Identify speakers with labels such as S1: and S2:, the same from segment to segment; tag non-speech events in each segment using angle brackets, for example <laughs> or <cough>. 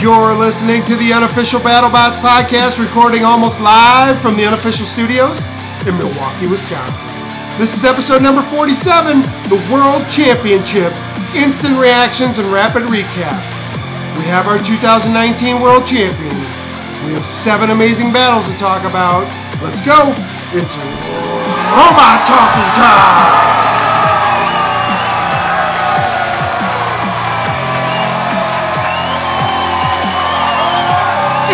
S1: You're listening to the unofficial BattleBots podcast, recording almost live from the unofficial studios in Milwaukee, Wisconsin. This is episode number 47, the World Championship Instant Reactions and Rapid Recap. We have our 2019 World Champion. We have seven amazing battles to talk about. Let's go. It's robot talking time.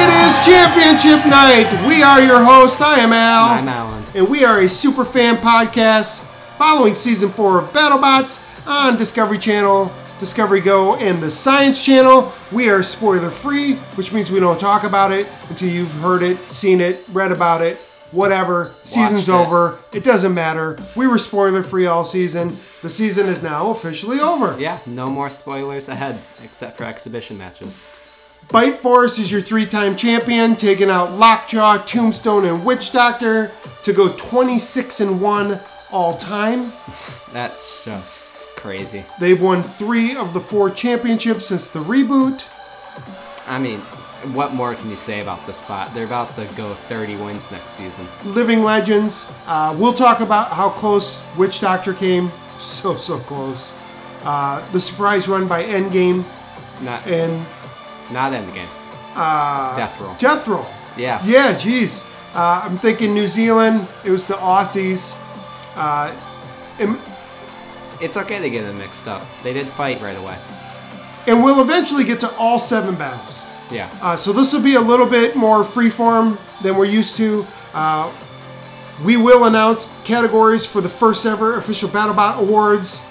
S1: It is championship night. We are your host. I am Al.
S2: I'm Alan.
S1: And we are a super fan podcast following season four of BattleBots on Discovery Channel, Discovery Go, and the Science Channel. We are spoiler free, which means we don't talk about it until you've heard it, seen it, read about it, whatever. Season's
S2: it.
S1: over. It doesn't matter. We were spoiler free all season. The season is now officially over.
S2: Yeah, no more spoilers ahead, except for exhibition matches.
S1: Bite Force is your three time champion, taking out Lockjaw, Tombstone, and Witch Doctor to go 26 and 1 all time.
S2: That's just crazy.
S1: They've won three of the four championships since the reboot.
S2: I mean, what more can you say about this spot? They're about to go 30 wins next season.
S1: Living Legends. Uh, we'll talk about how close Witch Doctor came. So, so close. Uh, the surprise run by Endgame
S2: Not,
S1: and
S2: not end the game. Death roll.
S1: Death Roll.
S2: yeah.
S1: Yeah, geez. Uh, I'm thinking New Zealand. It was the Aussies. Uh, and,
S2: It's okay to get them mixed up. They did fight right away.
S1: and we'll eventually get to all seven battles.
S2: Yeah.
S1: Uh, so this will be a little bit more freeform than we're used to. Uh, we will announce categories for the first ever official BattleBot Awards,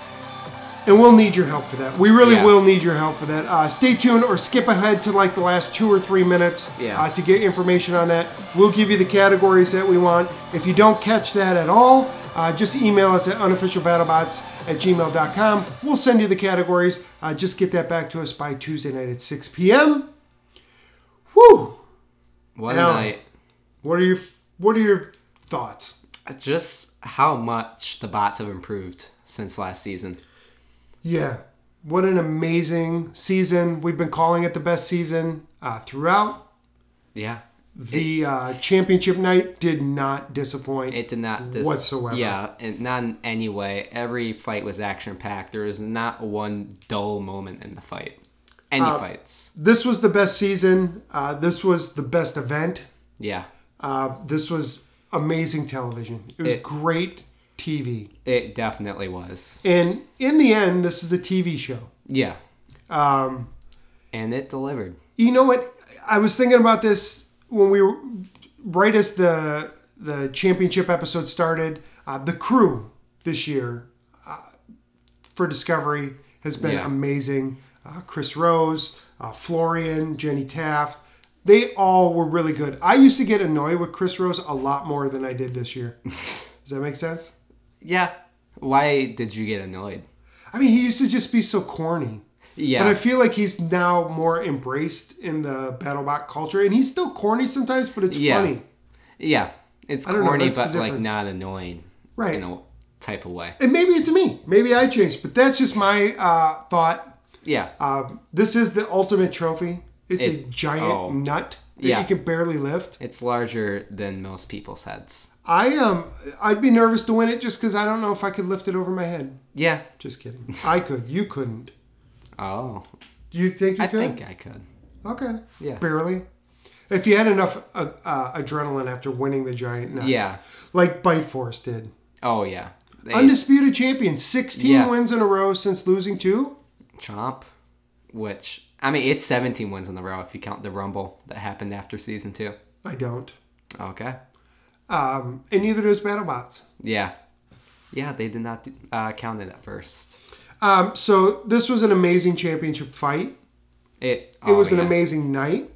S1: and we'll need your help for that. We really
S2: Yeah.
S1: will need your help for that. Uh, stay tuned or skip ahead to like the last two or three minutes
S2: Yeah.
S1: uh, to get information on that. We'll give you the categories that we want. If you don't catch that at all, uh, just email us at unofficialbattlebots at gmail.com. We'll send you the categories. Uh, just get that back to us by Tuesday night at 6 p.m. Whew!
S2: What a
S1: Alan.
S2: night.
S1: What are your What are your thoughts?
S2: Just how much the bots have improved since last season.
S1: Yeah, what an amazing season! We've been calling it the best season uh, throughout.
S2: Yeah.
S1: The uh, championship night did not disappoint.
S2: It did not dis-
S1: Whatsoever.
S2: Yeah, and not in any way. Every fight was action packed. There was not one dull moment in the fight. Any
S1: Uh,
S2: fights?
S1: this was the best season. Uh, this was the best event.
S2: Yeah,
S1: Uh, this was amazing television. It was
S2: It-
S1: great TV.
S2: it definitely was.
S1: And in the end, this is a TV show.
S2: Yeah. Um, and it delivered.
S1: You know what? I was thinking about this when we were right as the the championship episode started. Uh, the crew this year uh, for Discovery has been
S2: Yeah.
S1: amazing. Uh, Chris Rose, uh, Florian, Jenny Taft. They all were really good. I used to get annoyed with Chris Rose a lot more than I did this
S2: <laughs>
S1: year. Does that make sense?
S2: Yeah. Why did you get annoyed?
S1: I mean, he used to just be so corny.
S2: Yeah.
S1: But I feel like he's now more embraced in the BattleBot culture, and he's still corny sometimes, but it's
S2: Yeah.
S1: funny.
S2: yeah. It's
S1: don't know,
S2: corny,
S1: that's the
S2: but like
S1: difference.
S2: not annoying.
S1: Right.
S2: In a type of way.
S1: And maybe it's me. Maybe I changed, but that's just my uh, thought.
S2: Yeah.
S1: Um, this is the ultimate trophy. It's a
S2: It-
S1: giant
S2: oh.
S1: nut that
S2: Yeah.
S1: you can barely lift.
S2: it's larger than most people's heads.
S1: I um, I'd be nervous to win it just because I don't know if I could lift it over my head.
S2: Yeah.
S1: Just
S2: <laughs>
S1: kidding. I could. You couldn't.
S2: Oh.
S1: Do you think you
S2: I
S1: could?
S2: think I could.
S1: Okay.
S2: Yeah.
S1: Barely. If you had enough uh, uh, adrenaline after winning the giant nut,
S2: Yeah.
S1: like Bite Force did.
S2: Oh yeah. They-
S1: Undisputed champion, 16
S2: Yeah.
S1: wins in a row since losing two.
S2: Chomp, which I mean, it's 17 wins in a row if you count the Rumble that happened after season two.
S1: I don't.
S2: Okay.
S1: Um, and neither does BattleBots.
S2: Yeah. Yeah, they did not do, uh, count it at first.
S1: Um, so this was an amazing championship fight.
S2: It,
S1: It was an
S2: amazing.
S1: amazing night.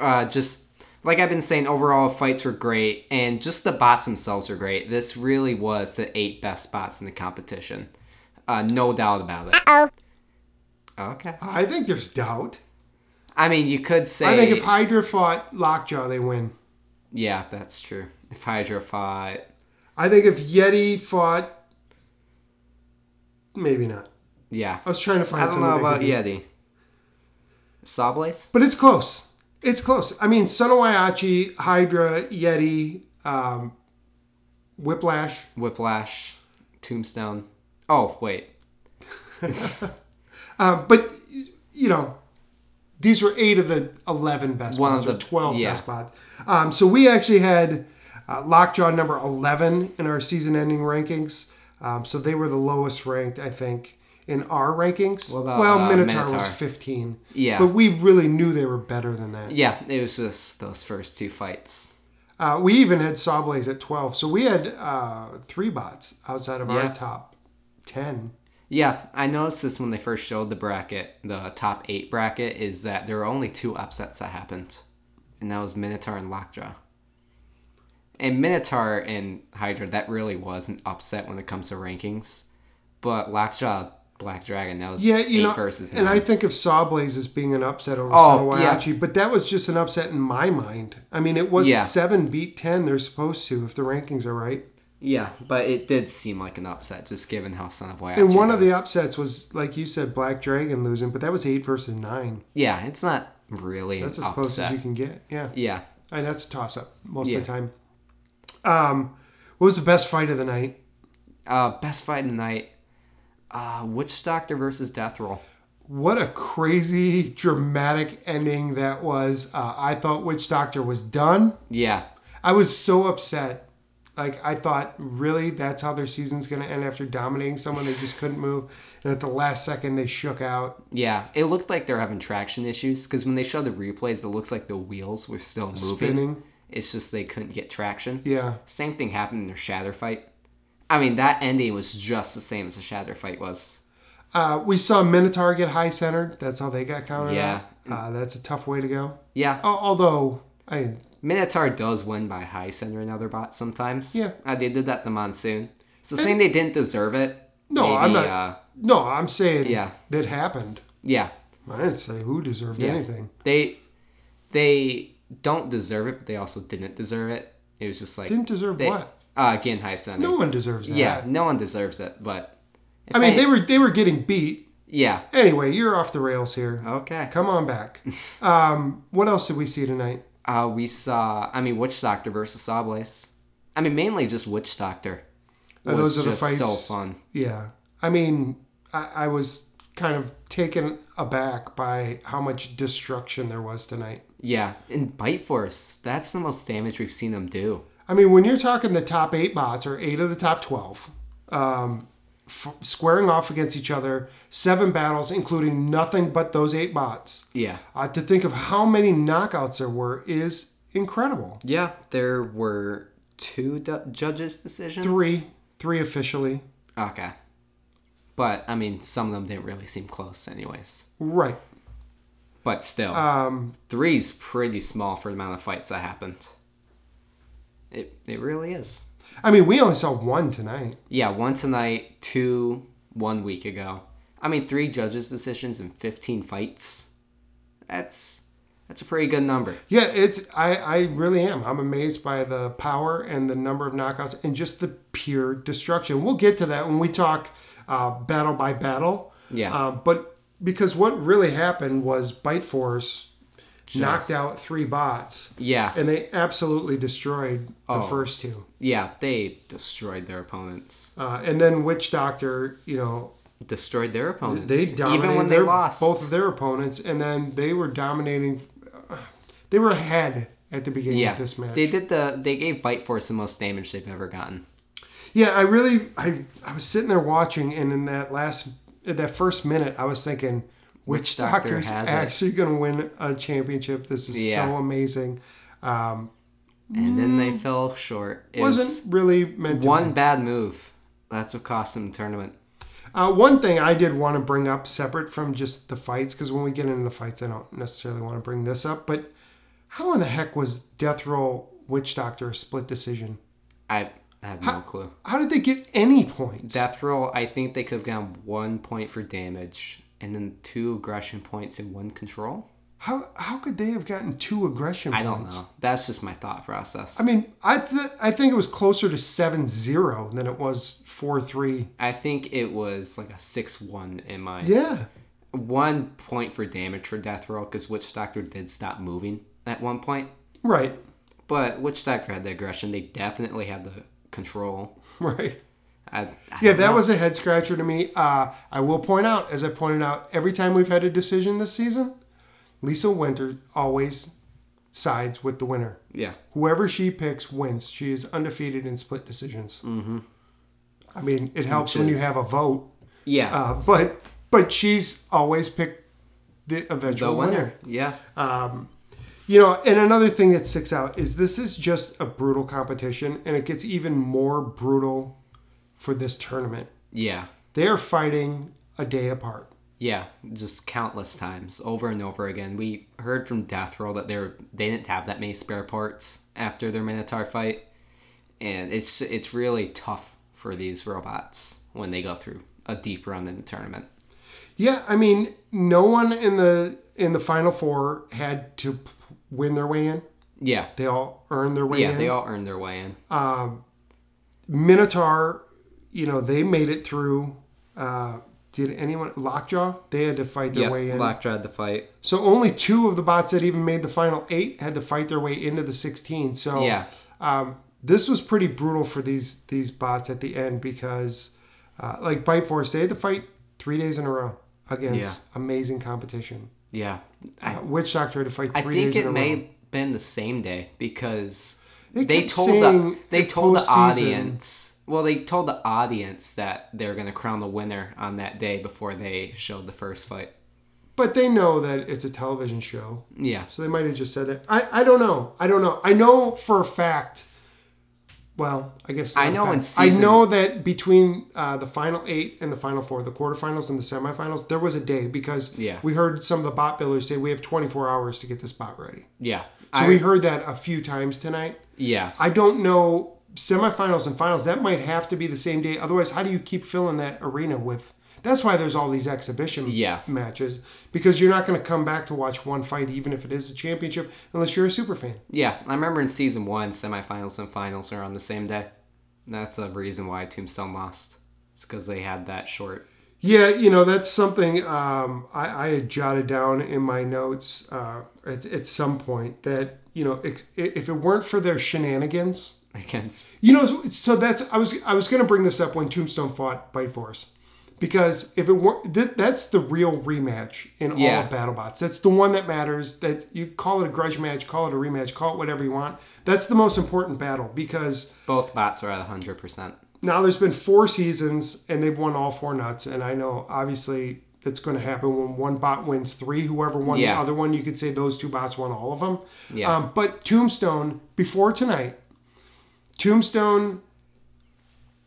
S2: uh, just like I've been saying, overall fights were great, and just the bots themselves were great. This really was the eight best bots in the competition, uh, no doubt about it. Okay.
S1: I think there's doubt.
S2: I mean, you could say.
S1: I think if Hydra fought Lockjaw, they win.
S2: yeah, that's true. If Hydra fought,
S1: I think if Yeti fought, maybe not.
S2: yeah.
S1: I was trying to find
S2: I don't
S1: someone.
S2: know
S1: that could
S2: about
S1: do-
S2: Yeti. Sawblaze?
S1: But it's close. It's close. I mean, Sunowayachi, Hydra, Yeti, um, Whiplash.
S2: Whiplash, Tombstone. Oh, wait.
S1: Uh, but, you know, these were eight of the 11 best
S2: One
S1: spots,
S2: of
S1: or
S2: the-
S1: 12
S2: yeah.
S1: best spots. Um, so we actually had uh, Lockjaw number 11 in our season ending rankings. Um, so they were the lowest ranked, I think, in our rankings.
S2: about,
S1: well,
S2: uh,
S1: Minotaur, was
S2: Minotaur?
S1: 15.
S2: Yeah.
S1: But we really knew they were better than that.
S2: Yeah, it was just those first two fights.
S1: Uh, we even had Sawblaze at 12. So we had uh, three bots outside of
S2: Yeah.
S1: our top 10.
S2: Yeah, I noticed this when they first showed the bracket, the top eight bracket, is that there were only two upsets that happened. And that was Minotaur and Lockjaw. And Minotaur and Hydra, that really was an upset when it comes to rankings. But Lockjaw, Black Dragon, that was
S1: Yeah, you
S2: eight
S1: know,
S2: versus nine.
S1: and I think of Sawblaze as being an upset over
S2: Oh,
S1: Sawaiachi, but that was just an upset in my mind. I mean, it was
S2: Yeah.
S1: seven beat ten. They're supposed to, if the rankings are right.
S2: yeah, but it did seem like an upset, just given how Son of Wyatt.
S1: And one of the
S2: up-
S1: upsets was, like you said, Black Dragon losing, but that was eight versus nine.
S2: yeah, it's not really
S1: That's
S2: an
S1: as close as
S2: upset.
S1: you can get. Yeah,
S2: Yeah,
S1: and that's a toss up most
S2: Yeah.
S1: of the time. Um, what was the best fight of the night?
S2: uh, best fight of the night. Uh, Witch Doctor versus Death Roll.
S1: What a crazy dramatic ending that was. Uh, I thought Witch Doctor was done.
S2: Yeah,
S1: I was so upset. Like I thought, really, that's how their season's gonna end after dominating someone they just couldn't move, and at the last second they shook out.
S2: yeah. It looked like they're having traction issues because when they show the replays, it looks like the wheels were still moving.
S1: Spinning.
S2: It's just they couldn't get traction.
S1: Yeah,
S2: Same thing happened in their Shatter fight. I mean, that ending was just the same as the Shatter fight was.
S1: uh, we saw Minotaur get high centered. That's how they got counted.
S2: Yeah.
S1: out. uh, that's a tough way to go.
S2: Yeah,
S1: Al- Although I,
S2: Minotaur does win by high center and other bots sometimes.
S1: Yeah. Eh.
S2: Uh, they did that to Monsoon. So saying they didn't deserve it.
S1: No, I'm not-
S2: Uh,
S1: no, I'm saying
S2: Yeah.
S1: that happened.
S2: yeah.
S1: I didn't say who deserved
S2: yeah.
S1: anything.
S2: They they don't deserve it, but they also didn't deserve it. It was just like
S1: Didn't deserve
S2: they-
S1: what?
S2: Uh, again, high center.
S1: No one deserves that.
S2: yeah, no one deserves it, but
S1: I mean they were they were getting beat.
S2: yeah.
S1: Anyway, you're off the rails here.
S2: Okay.
S1: Come on
S2: <laughs>
S1: back. um, what else did we see tonight?
S2: Uh, we saw. I mean, Witch Doctor versus Sawblaze. I mean, mainly just Witch Doctor.
S1: Uh,
S2: was
S1: those are the
S2: just
S1: fights.
S2: so fun.
S1: Yeah. I mean, I, I was kind of taken aback by how much destruction there was tonight.
S2: Yeah, and Bite Force. That's the most damage we've seen them do.
S1: I mean, when you're talking the top eight bots or eight of the top 12, um, f- squaring off against each other, seven battles, including nothing but those eight bots,
S2: Yeah.
S1: uh, to think of how many knockouts there were is incredible.
S2: Yeah, there were two du- judges' decisions.
S1: Three, three officially.
S2: Okay. But I mean, some of them didn't really seem close, anyways.
S1: Right.
S2: But still,
S1: Um,
S2: three's pretty small for the amount of fights that happened. It it really is.
S1: I mean, we only saw one tonight.
S2: Yeah, one tonight, two one week ago. I mean, three judges' decisions and fifteen fights. That's that's a pretty good number.
S1: Yeah, it's I I really am. I'm amazed by the power and the number of knockouts and just the pure destruction. We'll get to that when we talk uh, battle by battle.
S2: Yeah.
S1: Uh, but because what really happened was Bite Force knocked out three bots,
S2: Yeah,
S1: and they absolutely destroyed the
S2: Oh.
S1: first two.
S2: yeah, they destroyed their opponents.
S1: Uh, and then Witch Doctor, you know,
S2: Destroyed their opponents.
S1: they dominated
S2: even when they
S1: their-
S2: lost.
S1: both of their opponents, and then they were dominating. They were ahead at the beginning
S2: yeah,
S1: of this match.
S2: they did the. They gave Bite Force the most damage they've ever gotten.
S1: Yeah, I really I I was sitting there watching, and in that last in that first minute, I was thinking, which
S2: doctor
S1: doctor's
S2: has it?"
S1: actually going to win a championship? This is
S2: Yeah.
S1: so amazing.
S2: And then they fell short. It was
S1: Mm. Wasn't really meant to.
S2: one bad move. That's what cost them the tournament.
S1: Uh, one thing I did want to bring up, separate from just the fights, because when we get into the fights, I don't necessarily want to bring this up. But how in the heck was Death Roll Witch Doctor a split decision?
S2: I I have no clue.
S1: How did they get any points?
S2: Death roll. I think they could have gotten one point for damage, and then two aggression points and one control.
S1: how how could they have gotten two aggression?
S2: I don't
S1: points?
S2: know. That's just my thought process.
S1: I mean, I th- I think it was closer to 7-0 than it was 4-3.
S2: I think it was like a six one in my.
S1: Yeah.
S2: one point for damage for Death Row because Witch Doctor did stop moving at one point.
S1: Right. <laughs>
S2: But Witch Doctor had the aggression. They definitely had the control.
S1: Right.
S2: I, I
S1: Yeah,
S2: don't
S1: that
S2: know.
S1: was a head scratcher to me. Uh, I will point out, as I pointed out, every time we've had a decision this season, Lisa Winter always sides with the winner.
S2: Yeah.
S1: Whoever she picks wins. She is undefeated in split decisions. Mm-hmm. I mean, it helps
S2: Which
S1: when you
S2: is-
S1: have a vote,
S2: Yeah.
S1: uh, but but she's always picked the
S2: the
S1: eventual
S2: winner.
S1: winner.
S2: Yeah.
S1: You know, and another thing that sticks out is this is just a brutal competition, and it gets even more brutal for this tournament.
S2: yeah.
S1: They're fighting a day apart.
S2: Yeah, just countless times, over and over again. We heard from Death Row that they are they didn't have that many spare parts after their Minotaur fight, and it's it's really tough for these robots when they go through a deep run in the tournament.
S1: Yeah, I mean, no one in the in the final four had to p- win their way in.
S2: Yeah,
S1: They all earned their way
S2: yeah,
S1: in.
S2: they all earned their way in.
S1: Minotaur, you know, they made it through. Uh, did anyone Lockjaw? They had to fight their
S2: Yep,
S1: way in.
S2: Black tried the fight.
S1: So only two of the bots that even made the final eight had to fight their way into the sixteen. So
S2: Yeah,
S1: um, this was pretty brutal for these these bots at the end because, uh, like Bite Force, they had to fight three days in a row against amazing competition.
S2: yeah. I,
S1: Uh, Witch Doctor had to fight
S2: I
S1: three
S2: think
S1: days in
S2: it
S1: a
S2: may
S1: row.
S2: have been the same day because
S1: They
S2: they,
S1: kept
S2: told
S1: saying
S2: the they
S1: the
S2: told the
S1: postseason-
S2: audience. Well, they told the audience that they were going to crown the winner on that day before they showed the first fight.
S1: But they know that it's a television show,
S2: Yeah,
S1: so they might have just said it. I, I don't know. I don't know. I know for a fact. Well, I guess not
S2: I
S1: a
S2: know in
S1: fact. I
S2: season-
S1: know that between uh, the final eight and the final four, the quarterfinals and the semifinals, there was a day because
S2: Yeah.
S1: we heard some of the bot builders say we have 24 hours to get this bot ready.
S2: yeah.
S1: So
S2: I,
S1: we heard that a few times tonight.
S2: yeah,
S1: I don't know semifinals and finals. That might have to be the same day. Otherwise, how do you keep filling that arena with? That's why there's all these exhibition
S2: Yeah.
S1: matches because you're not going to come back to watch one fight, even if it is a championship, unless you're a super fan.
S2: yeah. I remember in season one, semifinals and finals are on the same day. And That's a reason why Tombstone lost. It's because they had that short. <laughs>
S1: Yeah, you know that's something um, I, I had jotted down in my notes uh, at, at some point that you know ex- if it weren't for their shenanigans,
S2: Against
S1: You know, so that's I was I was going to bring this up when Tombstone fought Bite Force, because if it were th- that's the real rematch in all
S2: Yeah.
S1: of BattleBots. That's the one that matters. That you call it a grudge match, call it a rematch, call it whatever you want. That's the most important battle because
S2: both bots are at hundred percent.
S1: now there's been four seasons and they've won all four nuts. And I know obviously that's going to happen when one bot wins three. Whoever won the
S2: Yeah.
S1: other one, you could say those two bots won all of them.
S2: Yeah.
S1: Um, but Tombstone before tonight, Tombstone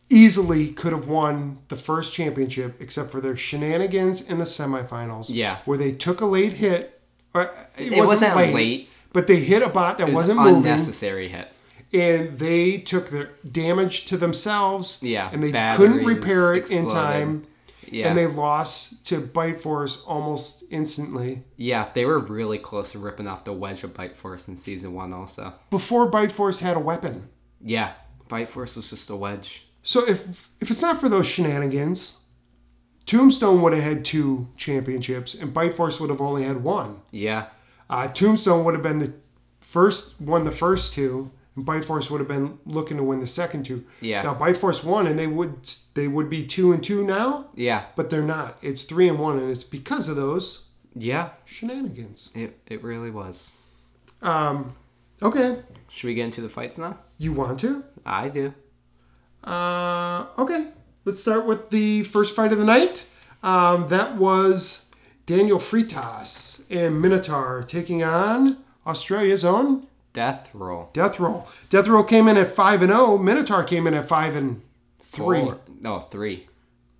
S1: easily could have won the first championship except for their shenanigans in the semifinals.
S2: Yeah.
S1: Where they took a late hit. Or it,
S2: It
S1: wasn't
S2: wasn't
S1: late,
S2: late.
S1: But they hit a bot that
S2: It was
S1: wasn't moving
S2: unnecessary hit.
S1: and they took their damage to themselves.
S2: Yeah,
S1: and they
S2: batteries
S1: couldn't repair it in
S2: exploded.
S1: time,
S2: Yeah,
S1: and they lost to Bite Force almost instantly.
S2: Yeah, they were really close to ripping off the wedge of Bite Force in season one, also.
S1: Before Bite Force had a weapon,
S2: Yeah, Bite Force was just a wedge.
S1: so if if it's not for those shenanigans, Tombstone would have had two championships, and Bite Force would have only had one.
S2: Yeah,
S1: Uh, Tombstone would have been the first won the first two, and Bite Force would have been looking to win the second two.
S2: Yeah.
S1: Now Bite Force won, and they would they would be two and two now.
S2: yeah,
S1: but they're not. It's three and one, and it's because of those
S2: yeah.
S1: shenanigans.
S2: It it really was.
S1: Um, okay,
S2: Should we get into the fights now?
S1: you want to?
S2: I do.
S1: Uh, okay, let's start with the first fight of the night. Um, that was Daniel Fritas and Minotaur taking on Australia's own
S2: Death roll.
S1: Death Roll. Death Roll came in at five and zero. Minotaur came in at five and three.
S2: Four- No, three.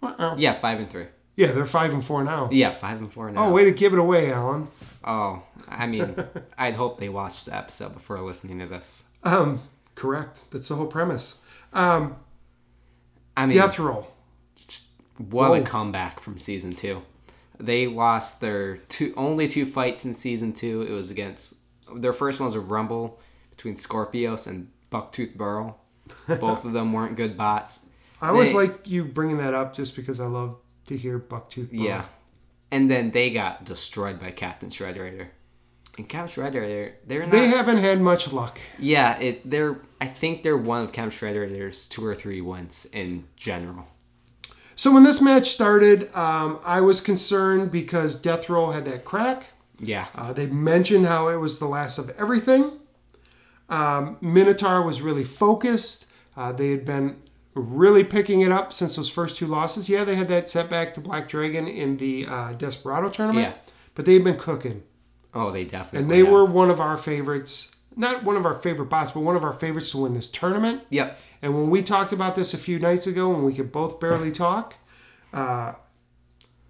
S1: Wow.
S2: Yeah, five and three.
S1: Yeah, they're five and four now.
S2: Yeah, five and four now.
S1: Oh, way to give it away, Alan.
S2: Oh, I
S1: <laughs>
S2: mean, I'd hope they watched the episode before listening to this.
S1: Um, correct. That's the whole premise.
S2: I mean,
S1: Death Roll.
S2: What a comeback from season two. They lost their two only two fights in season two. It was against their first one was a rumble between Scorpios and Bucktooth
S1: <laughs>
S2: Burl. Both of them weren't good bots.
S1: I always
S2: They-
S1: like you bringing that up just because I love to hear Bucktooth. Burl.
S2: Yeah. and then they got destroyed by Captain Shredderator. And Captain Shredderator, they're not.
S1: They haven't had much luck.
S2: yeah, it. They're. I think they're one of Captain Shredderator's two or three wins in general.
S1: So when this match started, um, I was concerned because Death Roll had that crack.
S2: Yeah.
S1: Uh, they mentioned how it was the last of everything. Um, Minotaur was really focused. Uh, they had been really picking it up since those first two losses. Yeah, they had that setback to Black Dragon in the uh, Desperado tournament,
S2: Yeah.
S1: but they've been cooking.
S2: Oh, they definitely.
S1: And they
S2: have.
S1: were one of our favorites, not one of our favorite bots, but one of our favorites to win this tournament.
S2: Yep.
S1: And when we talked about this a few nights ago, when we could both barely
S2: <laughs>
S1: talk, uh,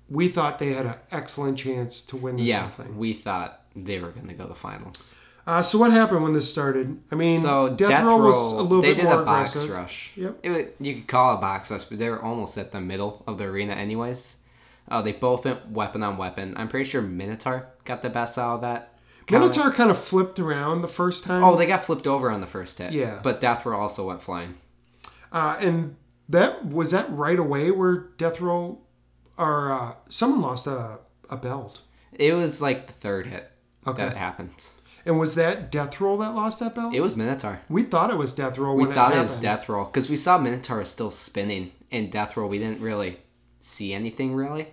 S1: we thought they had an excellent chance to win this
S2: Yeah.
S1: whole thing.
S2: We thought they were going to go to the finals.
S1: Uh, so what happened when this started? I mean,
S2: So
S1: Death, Row was a little
S2: they
S1: bit
S2: did
S1: more
S2: a box
S1: aggressive.
S2: rush.
S1: Yep.
S2: It wa- you could call it a box rush, but they were almost at the middle of the arena, anyways. Uh, they both went weapon on weapon. I'm pretty sure Minotaur got the best out of that. comment.
S1: Minotaur kind of flipped around the first time.
S2: Oh, they got flipped over on the first hit.
S1: Yeah.
S2: But Death Row also went flying.
S1: uh, and that was that right away where Death Row or uh, someone lost a, a belt.
S2: It was like the third hit
S1: Okay.
S2: that it happened.
S1: And was that Death Roll that lost that belt?
S2: It was Minotaur.
S1: we thought it was Death Roll.
S2: We
S1: when it
S2: thought it was
S1: happened.
S2: Death Roll because we saw Minotaur still spinning in Death Roll. We didn't really see anything really.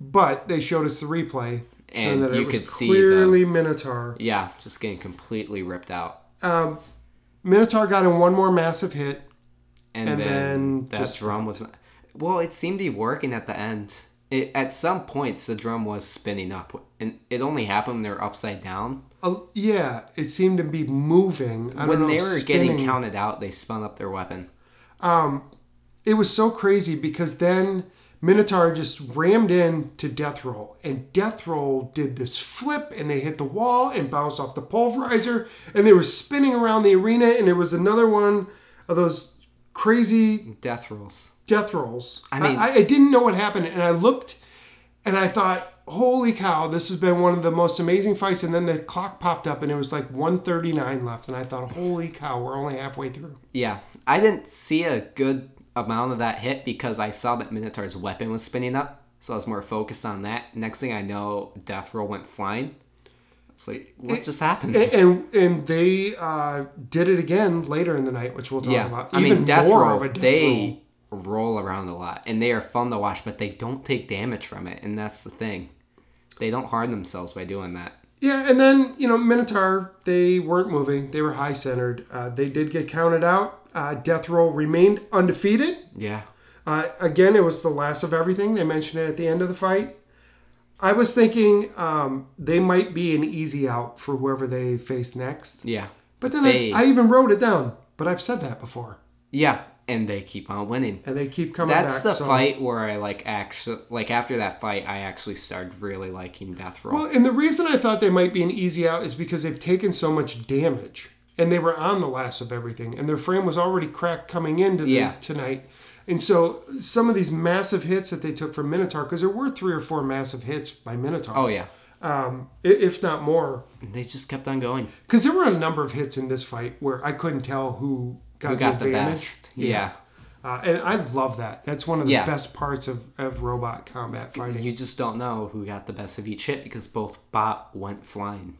S1: but they showed us the replay, showing
S2: And
S1: that
S2: you
S1: it was
S2: could see the-
S1: clearly Minotaur.
S2: Yeah, just getting completely ripped out.
S1: Minotaur got in one more massive hit.
S2: and,
S1: And
S2: then,
S1: then
S2: that
S1: just
S2: drum was well it seemed to be working at the end it, at some points the drum was spinning up and it only happened when they were upside down
S1: Uh, yeah, it seemed to be moving. I don't
S2: when
S1: know
S2: they
S1: if
S2: were
S1: spinning-
S2: getting counted out they spun up their weapon
S1: it was so crazy because then Minotaur just rammed in to Death Roll, and Death Roll did this flip, and they hit the wall and bounced off the pulverizer, and they were spinning around the arena, and it was another one of those crazy
S2: death rolls
S1: death rolls. I
S2: mean-
S1: I, I didn't know what happened, and I looked, and I thought, "Holy cow! This has been one of the most amazing fights." And then the clock popped up, and it was like 1:39 left, and I thought, "Holy cow! We're only halfway through."
S2: yeah i didn't see a good amount of that hit because i saw that minotaur's weapon was spinning up so i was more focused on that next thing i know death roll went flying it's like what just happened
S1: And- and and they uh, did it again later in the night, which we'll talk
S2: Yeah,
S1: about.
S2: I mean, death row.
S1: death
S2: They roll around a lot, and they are fun to watch, but they don't take damage from it, and that's the thing. They don't harm themselves by doing that.
S1: Yeah, and then you know Minotaur, they weren't moving; they were high centered. Uh, they did get counted out. Uh, death roll remained undefeated.
S2: Yeah,
S1: Uh, again, it was the last of everything. They mentioned it at the end of the fight. I was thinking um, they might be an easy out for whoever they face next.
S2: yeah,
S1: But then
S2: They-
S1: I, I even wrote it down. But I've said that before,
S2: yeah, and they keep on winning.
S1: and they keep coming
S2: That's
S1: back.
S2: the
S1: so-
S2: fight where I like actually like after that fight, I actually started really liking death roll.
S1: Well, and the reason I thought they might be an easy out is because they've taken so much damage, and they were on the last of everything, and their frame was already cracked coming into the,
S2: Yeah.
S1: tonight. And so some of these massive hits that they took from Minotaur, because there were three or four massive hits by Minotaur,
S2: oh yeah,
S1: i- if not more,
S2: And they just kept on going.
S1: because there were a number of hits in this fight where I couldn't tell who got,
S2: We got
S1: the
S2: the
S1: advantage.
S2: best. Yeah.
S1: Uh, and I love that. That's one of the
S2: Yeah.
S1: best parts of, of robot combat fighting.
S2: you just don't know who got the best of each hit because both bot went flying.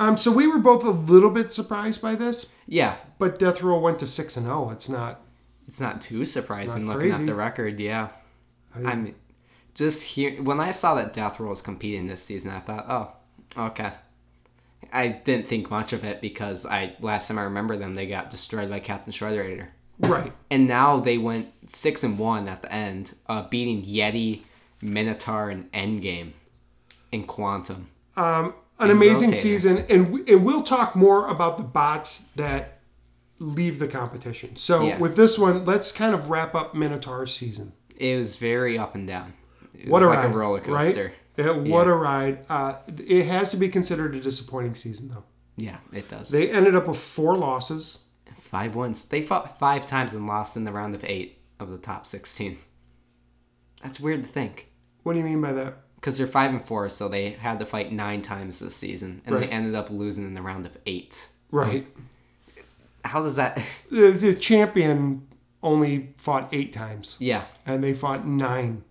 S1: Um, so we were both a little bit surprised by this,
S2: Yeah,
S1: But Death Row went to six and zero. It's
S2: <clears throat>
S1: not.
S2: it's not too surprising looking
S1: crazy.
S2: at the record. Yeah, I, am just here when I saw that Death Row was competing this season, I thought, oh, okay. I didn't think much of it because I last time I remember them, they got destroyed by Captain Shredderator,
S1: Right.
S2: and now they went six and one at the end, uh, beating Yeti, Minotaur, and Endgame, and Quantum.
S1: An amazing
S2: rotator.
S1: season, and we, and we'll talk more about the bots that leave the competition. So
S2: Yeah.
S1: with this one, let's kind of wrap up Minotaur's season.
S2: It was very up and down. It
S1: What
S2: was
S1: a
S2: like
S1: ride!
S2: a roller coaster.
S1: Right? Yeah, what a ride! Uh, it has to be considered a disappointing season, though.
S2: Yeah, it does.
S1: They ended up with four losses.
S2: Five wins. They fought five times and lost in the round of eight of the top 16. That's weird to think.
S1: What do you mean by that?
S2: Because they're five and four, so they had to fight nine times this season, and they
S1: Right.
S2: ended up losing in the round of eight.
S1: Right.
S2: How does that. <laughs>
S1: The, the champion only fought eight times,
S2: yeah.
S1: and they fought nine.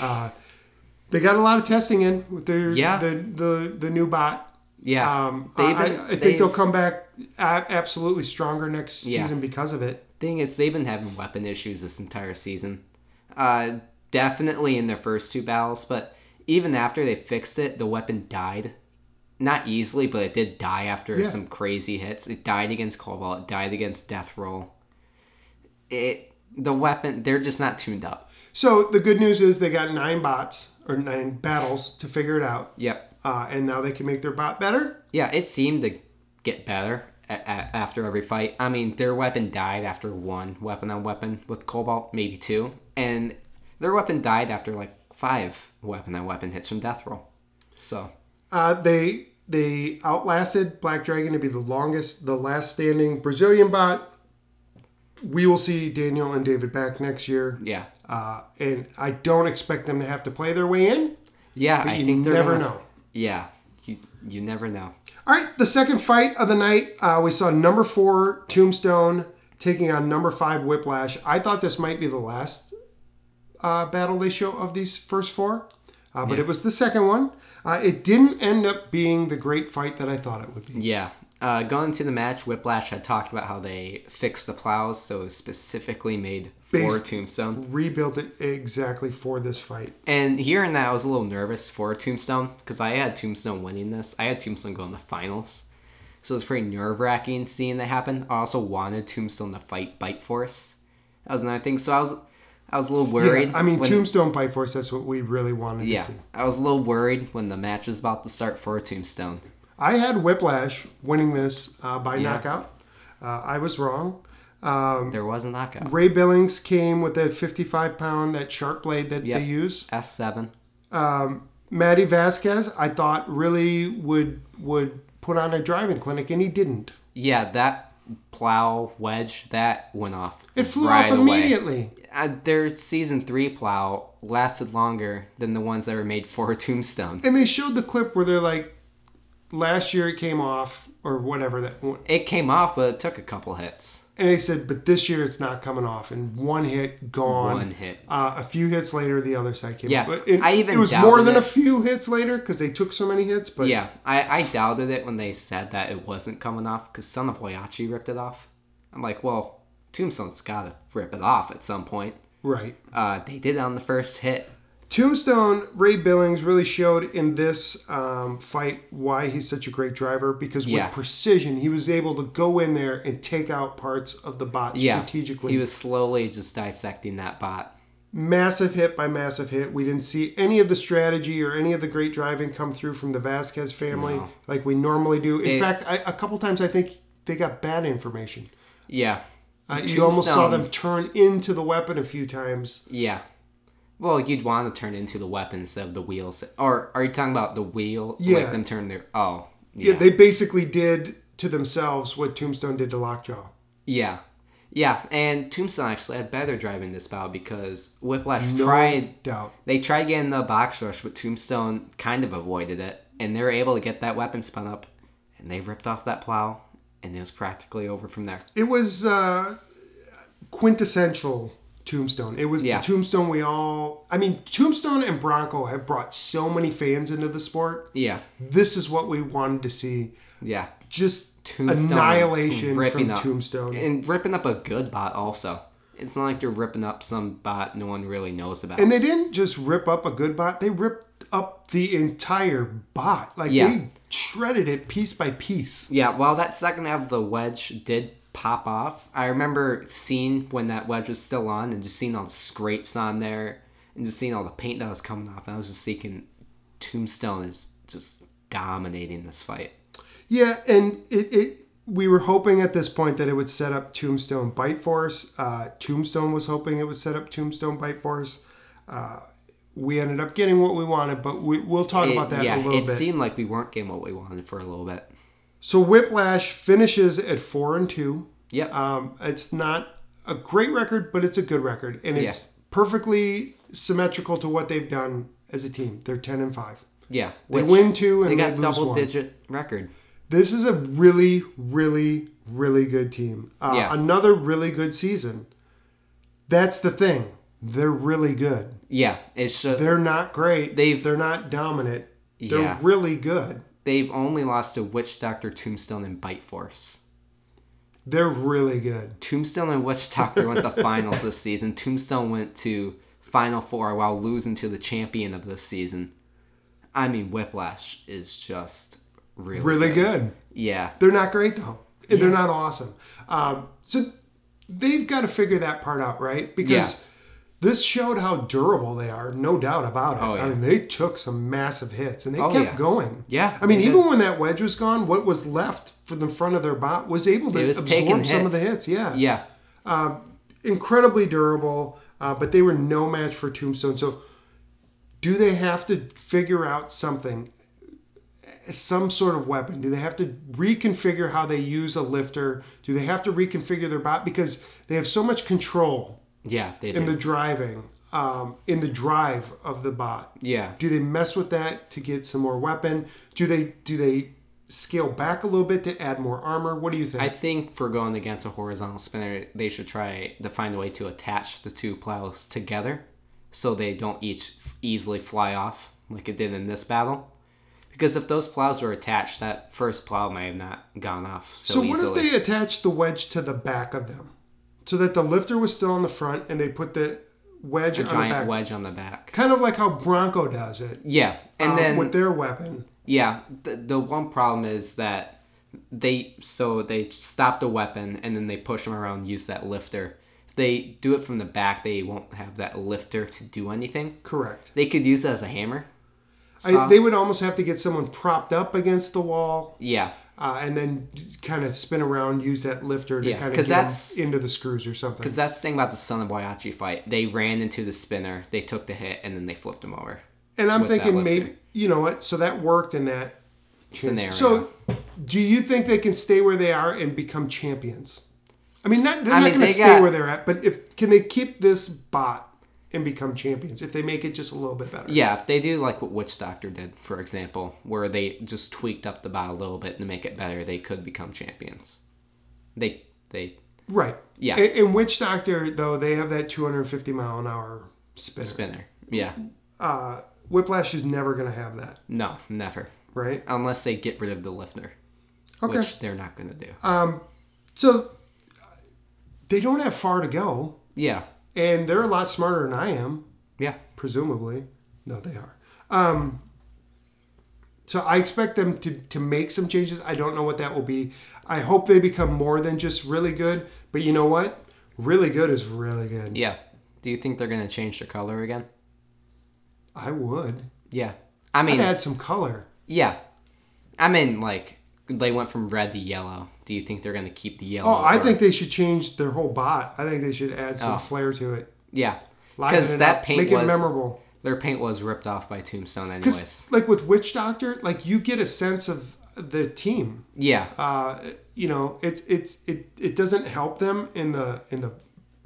S1: Uh, They got a lot of testing in with their
S2: Yeah.
S1: the, the the new bot.
S2: Yeah,
S1: Um,
S2: they've
S1: I,
S2: been-
S1: I- I think
S2: they've-
S1: they'll come back a- absolutely stronger next
S2: Yeah.
S1: season because of it.
S2: Thing is, they've been having weapon issues this entire season. Uh, definitely in their first two battles, but even after they fixed it, the weapon died. Not easily, but it did die after
S1: Yeah.
S2: some crazy hits. It died against Cobalt. It died against Death Roll. It the weapon they're just not tuned up.
S1: So the good news is they got nine bots or nine battles to figure it out,
S2: Yep.
S1: uh, and now they can make their bot better.
S2: Yeah, it seemed to get better a- a- after every fight. I mean, their weapon died after one weapon on weapon with Cobalt, maybe two, and their weapon died after like five weapon on weapon hits from Death Roll. So,
S1: Uh, they they outlasted Black Dragon to be the longest, the last standing Brazilian bot. We will see Daniel and David back next year,
S2: yeah.
S1: uh, and I don't expect them to have to play their way in.
S2: Yeah, I
S1: you
S2: think they're
S1: never
S2: gonna-
S1: know.
S2: Yeah, you you never know.
S1: All right, the second fight of the night, uh, we saw number four Tombstone taking on number five Whiplash. I thought this might be the last uh, battle they show of these first four, uh, but it was the second one. Uh, it didn't end up being the great fight that I thought it would be.
S2: Yeah. Uh, going to the match, Whiplash had talked about how they fixed the plows, so it was specifically made for
S1: Based-
S2: Tombstone.
S1: Rebuilt it exactly for this fight.
S2: And hearing that, I was a little nervous for Tombstone because I had Tombstone winning this. I had Tombstone going to the finals. So it was pretty nerve wracking seeing that happen. I also wanted Tombstone to fight Bite Force. That was another thing. So I was, I was a little worried.
S1: I mean,
S2: when-
S1: Tombstone Pipe Force, that's what we really wanted
S2: Yeah,
S1: to see.
S2: I was a little worried when the match was about to start for Tombstone.
S1: I had Whiplash winning this uh, by knockout. Uh, I was wrong. Um,
S2: There was a knockout.
S1: Ray Billings came with that 55 pound, that sharp blade that
S2: Yep.
S1: they use.
S2: S seven.
S1: Matty Vasquez, I thought really would would put on a driving clinic, and he didn't.
S2: Yeah, that plow wedge that went off.
S1: It flew
S2: right
S1: off
S2: away.
S1: immediately.
S2: uh, their season three plow lasted longer than the ones that were made for Tombstone.
S1: And they showed the clip where they're like, last year it came off or whatever that, and
S2: It came off, but it took a couple hits.
S1: they said, but this year it's not coming off. And one hit gone.
S2: One hit.
S1: Uh, a few hits later, the other side came.
S2: Yeah,
S1: off. But it,
S2: I even
S1: it was
S2: doubted
S1: more than
S2: it.
S1: a few hits later because they took so many hits. But
S2: Yeah, I, I doubted it when they said that it wasn't coming off because Son of Hoyachi ripped it off. I'm like, well, Tombstone's gotta rip it off at some point.
S1: right.
S2: Uh, they did it on the first hit.
S1: Tombstone Ray Billings really showed in this um, fight why he's such a great driver because
S2: Yeah.
S1: with precision he was able to go in there and take out parts of the bot
S2: Yeah,
S1: strategically.
S2: he was slowly just dissecting that bot.
S1: massive hit by massive hit. We didn't see any of the strategy or any of the great driving come through from the Vasquez family like we normally do. In
S2: They-
S1: fact, I, a couple times I think they got bad information.
S2: Yeah,
S1: Uh, you almost saw
S2: Tombstone-
S1: them turn into the weapon a few times.
S2: yeah. Well, you'd want to turn into the weapon instead of the wheels. Or are you talking about the wheel?
S1: Yeah.
S2: Like them turn their. Oh,
S1: Yeah, they basically did to themselves what Tombstone did to Lockjaw.
S2: Yeah. Yeah, and Tombstone actually had better driving this bout because Whiplash tried
S1: Doubt.
S2: they tried getting the box rush, but Tombstone kind of avoided it, and they were able to get that weapon spun up, and they ripped off that plow, and it was practically over from there.
S1: it was uh, quintessential tombstone it was
S2: Yeah.
S1: the tombstone we all i mean tombstone and bronco have brought so many fans into the sport
S2: Yeah,
S1: this is what we wanted to see
S2: yeah.
S1: just
S2: Tombstone
S1: annihilation
S2: ripping
S1: from
S2: up-
S1: tombstone
S2: and ripping up a good bot also. It's not like you're ripping up some bot no one really knows about.
S1: and they didn't just rip up a good bot they ripped up the entire bot like
S2: Yeah.
S1: they shredded it piece by piece
S2: Yeah, while that second half of the wedge did pop off, I remember seeing when that wedge was still on and just seeing all the scrapes on there and just seeing all the paint that was coming off. And I was just thinking, Tombstone is just dominating this fight.
S1: yeah and it, it we were hoping at this point that it would set up tombstone bite force uh, tombstone was hoping it would set up tombstone bite force Uh, we ended up getting what we wanted, but we, we'll talk
S2: It-
S1: about that
S2: yeah,
S1: in a little
S2: it
S1: bit.
S2: seemed like we weren't getting what we wanted for a little bit.
S1: so Whiplash finishes at four and two.
S2: Yep.
S1: Um, it's not a great record, but it's a good record, and it's perfectly symmetrical to what they've done as a team. They're ten and five.
S2: yeah.
S1: They
S2: which
S1: win two and
S2: they
S1: they,
S2: got
S1: lose
S2: double
S1: one.
S2: digit record.
S1: This is a really, really, really good team. Uh,
S2: Yeah.
S1: Another really good season. That's the thing. they're really good.
S2: Yeah, it's just
S1: They're not great.
S2: They've-
S1: they're not dominant. They're
S2: Yeah.
S1: really good.
S2: they've only lost to Witch Doctor, Tombstone, and Bite Force.
S1: They're really good.
S2: Tombstone and Witch Doctor went to finals this season. Tombstone went to Final Four while losing to the champion of this season. I mean, Whiplash is just really,
S1: Really good.
S2: Yeah,
S1: They're not great though. And They're not awesome. Um, so they've got to figure that part out, right? Because this showed how durable they are, no doubt about it.
S2: Oh, yeah. Oh,
S1: I mean, they took some massive hits and they kept
S2: yeah.
S1: going.
S2: Yeah,
S1: I mean,
S2: they
S1: even
S2: did.
S1: when that wedge was gone, what was left for the front of their bot was able to
S2: it was taking
S1: absorb some of the hits. Yeah.
S2: yeah,
S1: Incredibly durable, uh, but they were no match for Tombstone. So do they have to figure out something? some sort of weapon? Do they have to reconfigure how they use a lifter? Do they have to reconfigure their bot because they have so much control
S2: yeah. They
S1: in
S2: did.
S1: the driving, um, in the drive of the bot?
S2: yeah,
S1: Do they mess with that to get some more weapon? Do they do they scale back a little bit to add more armor? What do you think?
S2: I think for going against a horizontal spinner, they should try to find a way to attach the two plows together so they don't each easily fly off like it did in this battle. Because if those plows were attached, that first plow may have not gone off so,
S1: so what
S2: easily.
S1: if they attached the wedge to the back of them, so that the lifter was still on the front and they put the wedge on the
S2: Giant
S1: back,
S2: wedge on the back.
S1: kind of like how Bronco does it
S2: Yeah, and
S1: um,
S2: then
S1: with their weapon.
S2: yeah, the, the one problem is that they so they stop the weapon and then they push them around, use that lifter. If they do it from the back, they won't have that lifter to do anything.
S1: Correct.
S2: They could use it as a hammer.
S1: I, they would almost have to get someone propped up against the wall
S2: Yeah,
S1: uh, and then kind of spin around, use that lifter to
S2: Yeah,
S1: kind of
S2: 'cause
S1: get 'em
S2: that's-
S1: into the screws or something.
S2: because that's the thing about the Son of Boyachi fight. They ran into the spinner, they took the hit, and then they flipped him over.
S1: And I'm
S2: with that
S1: thinking
S2: lifter.
S1: maybe you know what? So that worked in that
S2: Scenario.
S1: So do you think they can stay where they are and become champions? I mean, not they're
S2: I
S1: not
S2: mean,
S1: going to
S2: they
S1: stay
S2: got-
S1: where they're at, but if can they keep this bot and become champions if they make it just a little bit better?
S2: yeah, if they do like what Witch Doctor did, for example, where they just tweaked up the bot a little bit to make it better, they could become champions. They they
S1: Right.
S2: Yeah.
S1: In, in Witch Doctor though, they have that 250 mile an hour spinner.
S2: spinner. Yeah,
S1: Uh, Whiplash is never going to have that,
S2: no, never.
S1: right?
S2: Unless they get rid of the lifter,
S1: Okay. Uh
S2: which they're not gonna do.
S1: So they don't have far to go,
S2: yeah,
S1: and they're a lot smarter than I am.
S2: yeah,
S1: presumably. No, they are. Um, so I expect them to, to make some changes. I don't know what that will be. I hope they become more than just really good. But you know what? Really good is really good.
S2: yeah. Do you think they're gonna change the color again?
S1: I would.
S2: Yeah, I mean,
S1: I'd add some color.
S2: Yeah. I mean, like, they went from red to yellow. Do you think they're going to keep the yellow?
S1: Oh, I
S2: or-
S1: think they should change their whole bot. I think they should add some flair to it.
S2: Yeah.
S1: Liven
S2: Because
S1: it
S2: Oh. that
S1: up,
S2: paint
S1: make it
S2: was.
S1: memorable.
S2: Their paint was ripped off by Tombstone, anyways.
S1: Because like with Witch Doctor, like you get a sense of the team.
S2: Yeah.
S1: uh, you know, it's it's it it doesn't help them in the in the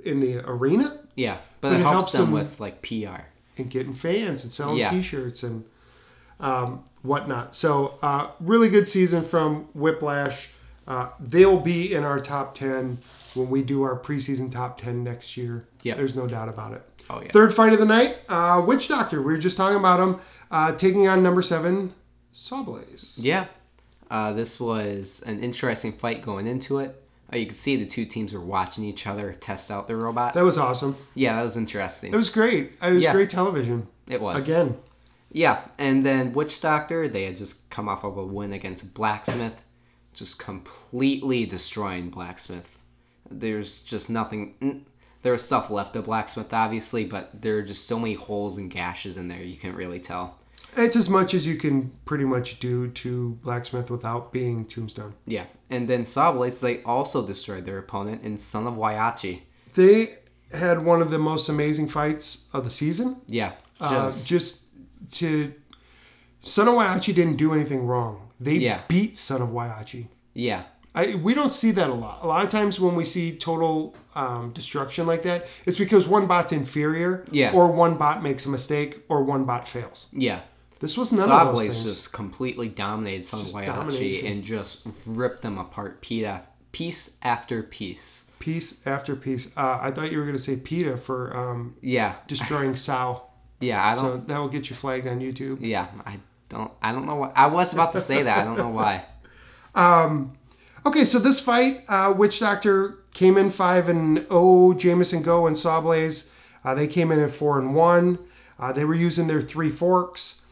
S1: in the arena
S2: yeah. But,
S1: but
S2: it
S1: it
S2: helps
S1: helps
S2: them
S1: them-
S2: with, like, PR.
S1: and getting fans and selling
S2: Yeah.
S1: T-shirts and um, whatnot. So, uh, really good season from Whiplash. Uh, they'll be in our top ten when we do our preseason top ten next year.
S2: Yeah.
S1: there's no doubt about it.
S2: Oh, yeah.
S1: Third fight of the night, uh, Witch Doctor. We were just talking about him uh, taking on number seven Sawblaze.
S2: Yeah. Uh, this was an interesting fight going into it. Uh, you could see the two teams were watching each other test out their robots.
S1: That was awesome.
S2: yeah, that was interesting.
S1: It was great. It was
S2: Yeah.
S1: great television.
S2: It was.
S1: Again,
S2: Yeah, and then Witch Doctor, they had just come off of a win against Blacksmith, just completely destroying Blacksmith. There's just nothing. mm, There was stuff left of Blacksmith, obviously, but there are just so many holes and gashes in there you can't really tell.
S1: It's as much as you can pretty much do to blacksmith without being tombstone.
S2: Yeah, and then Sawblades, they also destroyed their opponent in Son of Waiachi.
S1: They had one of the most amazing fights of the season.
S2: Yeah,
S1: Uh,
S2: just,
S1: just to Son of Waiachi didn't do anything wrong. They
S2: Yeah.
S1: beat Son of Waiachi.
S2: yeah,
S1: I, we don't see that a lot. A lot of times when we see total um, destruction like that, it's because one bot's inferior,
S2: Yeah.
S1: or one bot makes a mistake, or one bot fails.
S2: yeah.
S1: This was none of those
S2: Sawblades
S1: things.
S2: just completely dominated Son of
S1: Just
S2: Waiachi
S1: domination.
S2: and just ripped them apart piece af- piece after piece.
S1: Piece after piece. Uh, I thought you were going to say PETA for um,
S2: Yeah,
S1: destroying sow.
S2: yeah. I don't.
S1: So that will get you flagged on YouTube.
S2: yeah, I don't. I don't know why. I was about to say that. I don't
S1: <laughs>
S2: know why.
S1: Okay, so this fight, uh, Witch Doctor came in five and oh, Jameson Go and Sawblaze, uh, they came in at four and one. Uh, they were using their three forks.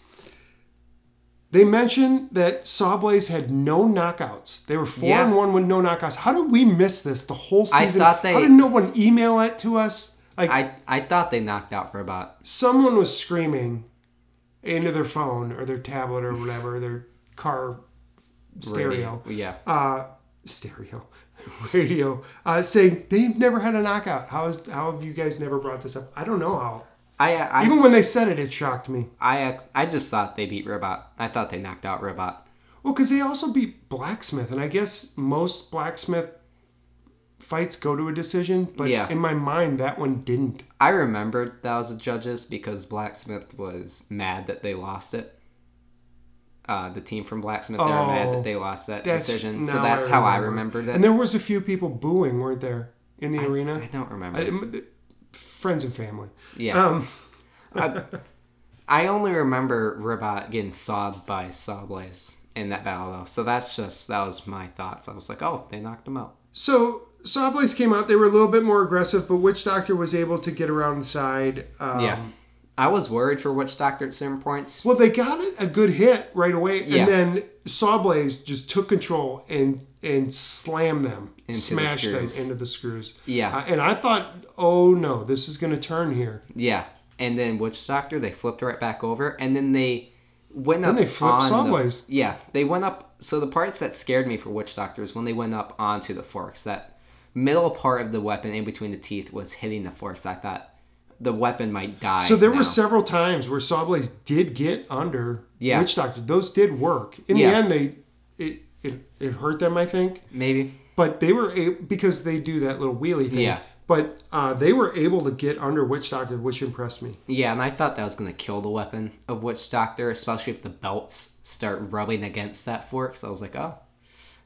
S1: They mentioned that Sawblaze had no knockouts. They were four
S2: Yeah.
S1: and one with no knockouts. How did we miss this the whole season?
S2: thought they-
S1: How did no one email it to us? Like
S2: I I thought they knocked out for about.
S1: someone was screaming into their phone or their tablet or whatever, their car stereo uh,
S2: Yeah.
S1: stereo <laughs> radio uh, saying they've never had a knockout. How is how have you guys never brought this up? I don't know how.
S2: I I
S1: Even when they said it, it shocked me.
S2: I I just thought they beat Robot. I thought they knocked out Robot.
S1: Well, because they also beat blacksmith, and I guess most blacksmith fights go to a decision. But
S2: Yeah.
S1: in my mind, that one didn't.
S2: I remembered that was the judges because Blacksmith was mad that they lost it. Uh, the team from Blacksmith they were mad
S1: Oh,
S2: that they lost that
S1: That's-
S2: decision.
S1: now
S2: So that's how I remembered it.
S1: And there was a few people booing, weren't there, in the arena?
S2: I don't remember.
S1: I- m- th- friends and family.
S2: yeah.
S1: Um,
S2: I only remember Ribot getting sawed by Sawblaze in that battle though. So that's just that was my thoughts. I was like, oh, they knocked him out.
S1: So Sawblaze came out. They were a little bit more aggressive, but Witch Doctor was able to get around the side. Um,
S2: Yeah. I was worried for Witch Doctor at certain points.
S1: Well, they got it a good hit right away,
S2: Yeah.
S1: and then Sawblaze just took control and and slammed them,
S2: Into the
S1: smashed them
S2: screws.
S1: into the screws.
S2: Yeah.
S1: Uh, and I thought, oh no, this is going to turn here.
S2: Yeah. And then Witch Doctor, they flipped right back over and then they went up
S1: they flipped
S2: on the-
S1: Sawblaze.
S2: Yeah. They went up so the parts that scared me for Witch Doctor is when they went up onto the forks. That middle part of the weapon in between the teeth was hitting the forks. I thought the weapon might die.
S1: So there
S2: now.
S1: were several times where Sawblaze did get under
S2: Yeah.
S1: Witch Doctor. Those did work. In
S2: Yeah.
S1: the end, they it, it it hurt them, I think.
S2: maybe.
S1: but they were a- because they do that little wheelie thing.
S2: Yeah.
S1: But uh, they were able to get under Witch Doctor, which impressed me.
S2: Yeah, and I thought that was gonna kill the weapon of Witch Doctor, especially if the belts start rubbing against that fork. So I was like, oh,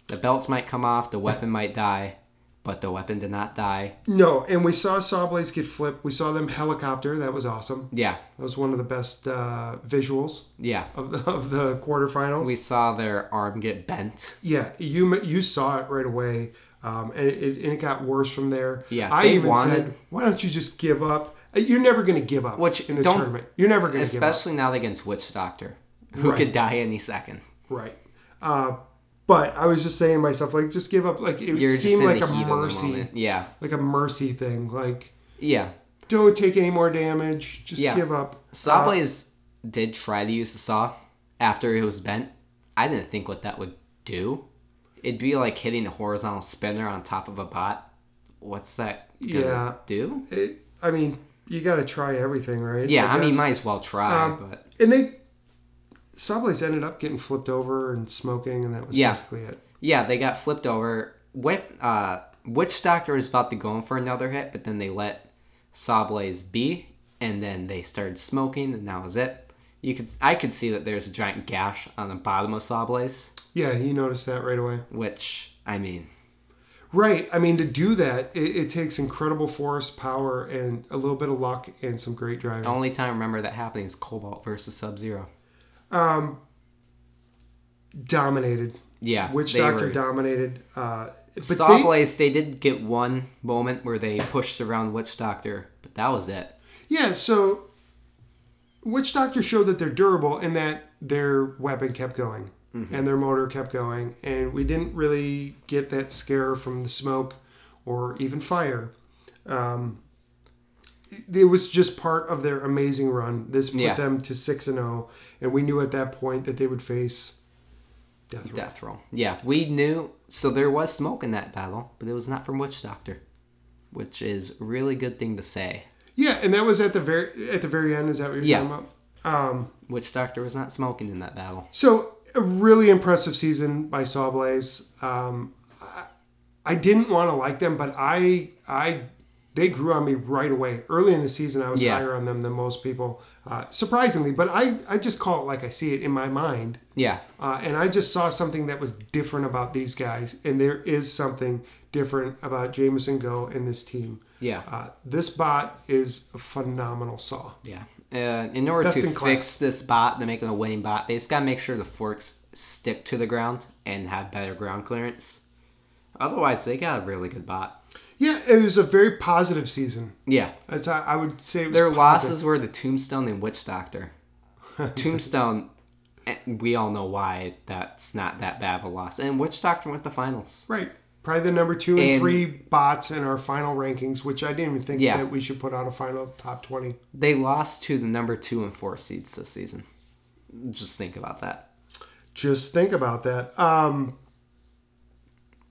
S2: the belts might come off, the weapon might die, but the weapon did not die.
S1: No, and we saw Sawblades get flipped. We saw them helicopter. That was awesome.
S2: Yeah,
S1: That was one of the best uh, visuals
S2: yeah.
S1: of the, of the quarterfinals.
S2: We saw their arm get bent.
S1: yeah, you m- you saw it right away, um, and it, and it got worse from there.
S2: Yeah,
S1: I
S2: they
S1: even said,
S2: wanted-
S1: why don't you just give up? Uh, You're never going to give up.
S2: Which,
S1: in the
S2: don't-
S1: tournament, you're never going to give up.
S2: Especially now against Witch Doctor, who could die any second.
S1: Right. Uh, but I was just saying to myself, like, just give up. Like, it
S2: You're just
S1: seemed
S2: in
S1: like
S2: the
S1: a
S2: heat of the
S1: mercy,
S2: moment. Yeah,
S1: like a mercy thing. Like,
S2: yeah.
S1: don't take any more damage. Just
S2: Yeah.
S1: give up. Uh,
S2: Sawblaze did try to use the saw after it was bent. I didn't think what that would do. It'd be like hitting a horizontal spinner on top of a bot. What's that gonna
S1: Yeah.
S2: do?
S1: It, I mean, you got to try everything, right?
S2: Yeah, I, mean,
S1: guess. Um,
S2: might as well try. but
S1: and they Sawblaze ended up getting flipped over and smoking, and that was
S2: Yeah.
S1: basically it.
S2: yeah, they got flipped over. Whip, uh, Witch Doctor was about to go in for another hit, but then they let Sawblaze be, and then they started smoking, and that was it. You could, I could see that there's a giant gash on the bottom of Sawblaze,
S1: Yeah, he noticed that right away.
S2: which I mean,
S1: Right. I mean, to do that, it, it takes incredible force, power, and a little bit of luck and some great driving.
S2: The only time I remember that happening is Cobalt versus Sub Zero.
S1: Dominated.
S2: Yeah,
S1: Witch
S2: they
S1: Doctor
S2: were-
S1: dominated. Uh, but they-
S2: Sawblaze, they... did get one moment where they pushed around Witch Doctor, but that was it.
S1: Yeah, so Witch Doctor showed that they're durable and that their weapon kept going
S2: Mm-hmm.
S1: and their motor kept going. And we didn't really get that scare from the smoke or even fire. Um, it was just part of their amazing run. This put
S2: Yeah.
S1: them to 6 and 0. And we knew at that point that they would face death row.
S2: Death roll. Yeah, we knew. So there was smoke in that battle, but it was not from Witch Doctor, which is a really good thing to say.
S1: Yeah, and that was at the very at the very end. Is that what you're
S2: Yeah.
S1: talking about? Um,
S2: Witch Doctor was not smoking in that battle.
S1: So a really impressive season by Sawblaze. Um, I, I didn't want to like them, but I I they grew on me right away. Early in the season, I was
S2: Yeah.
S1: higher on them than most people, uh, surprisingly. But I, I just call it like I see it in my mind.
S2: Yeah.
S1: Uh, and I just saw something that was different about these guys, and there is something different about Jameson Go and this team.
S2: Yeah.
S1: Uh, this bot is a phenomenal saw.
S2: Yeah. Uh, in order
S1: Best
S2: to
S1: in class.
S2: fix this bot to make it a winning bot, they just gotta make sure the forks stick to the ground and have better ground clearance. Otherwise, they got a really good bot.
S1: Yeah, it was a very positive season.
S2: Yeah.
S1: That's how I would say. It was
S2: Their
S1: positive.
S2: losses were the Tombstone and Witch
S1: <laughs>
S2: Doctor. Tombstone, eh, we all know why that's not that bad of a loss. And Witch Doctor went to finals.
S1: Right. Probably the number two and,
S2: And-
S1: three bots in our final rankings, which I didn't even think
S2: Yeah.
S1: that we should put out a final top 20.
S2: They lost to the number two and four seeds this season. Just think about that.
S1: Just think about that. Um,